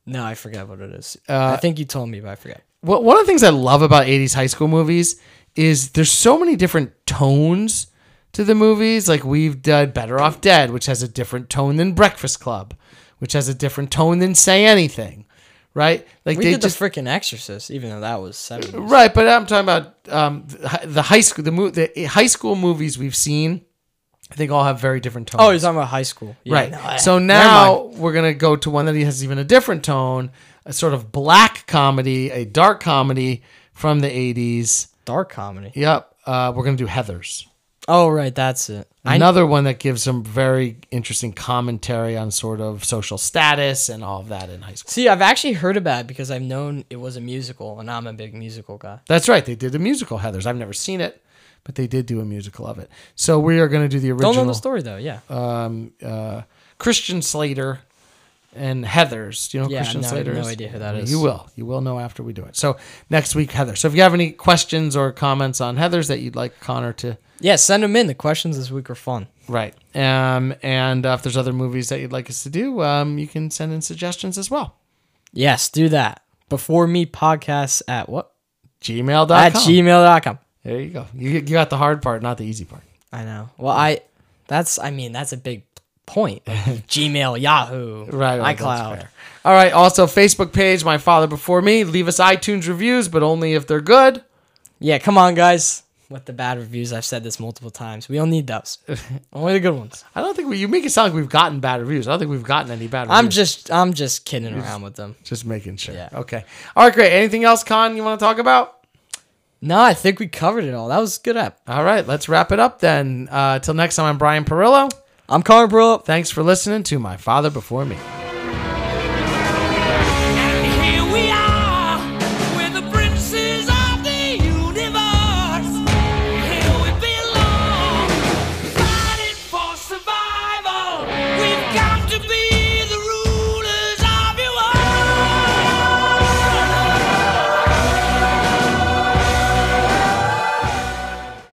B: No, I forgot what it is.
A: Uh,
B: I think you told me, but I forgot.
A: Wha- one of the things I love about 80s high school movies is there's so many different tones to the movies. Like we've done Better Off Dead, which has a different tone than Breakfast Club, which has a different tone than Say Anything, right? Like
B: We
A: they
B: did
A: just
B: the freaking Exorcist, even though that was seventies.
A: Right, but I'm talking about um, the hi- the high school the, mo- the high school movies we've seen. I think all have very different tones.
B: Oh, you're talking about high school, Yeah,
A: right.
B: no, I-
A: so
B: never
A: now
B: mind.
A: we're gonna go to one that has even a different tone, a sort of black comedy, a dark comedy from the '80s.
B: dark comedy.
A: Yep, uh, we're gonna do Heather's,
B: Oh, right, that's it. I know.
A: another one that gives some very interesting commentary on sort of social status and all of that in high school.
B: See, I've actually heard about it because I've known it was a musical, and I'm a big musical guy.
A: That's right, they did a musical Heather's. I've never seen it, but they did do a musical of it. So we are gonna do the original.
B: Don't know the story though. Yeah,
A: um, uh, Christian Slater and Heather's. Do you know who
B: Yeah,
A: Christian
B: no, I have
A: Slater?
B: no
A: is?
B: idea who that
A: Well,
B: is.
A: You will. You will know after we do it. So next week, Heather. So if you have any questions or comments on Heather's that you'd like Connor to
B: yeah. Send them in. The questions this week are fun.
A: write, um, and uh, if there's other movies that you'd like us to do, um, you can send in suggestions as well.
B: Yes, do that before me podcast at what
A: Gmail.com.
B: at gmail.com.
A: there you go. You, you got the hard part, not the easy part.
B: I know. Well, I that's I mean that's a big point. Gmail, Yahoo,
A: Right, right, that's
B: iCloud.
A: fair. All right. Also, Facebook page, My Father Before Me. Leave us iTunes reviews, but only if they're good.
B: Yeah, come on, guys. With the bad reviews, I've said this multiple times. We don't need those. Only the good ones.
A: I don't think we, you make it sound like we've gotten bad reviews. I don't think we've gotten any bad reviews.
B: I'm just I'm just kidding around with them.
A: Just making sure.
B: Yeah.
A: Okay. All right, great. Anything else, Con, you want to talk about?
B: No, I think we covered it all. That was a good app.
A: All right, let's wrap it up then. Uh, till next time, I'm Brian Perillo.
B: I'm Connor Bro.
A: Thanks for listening to My Father Before Me.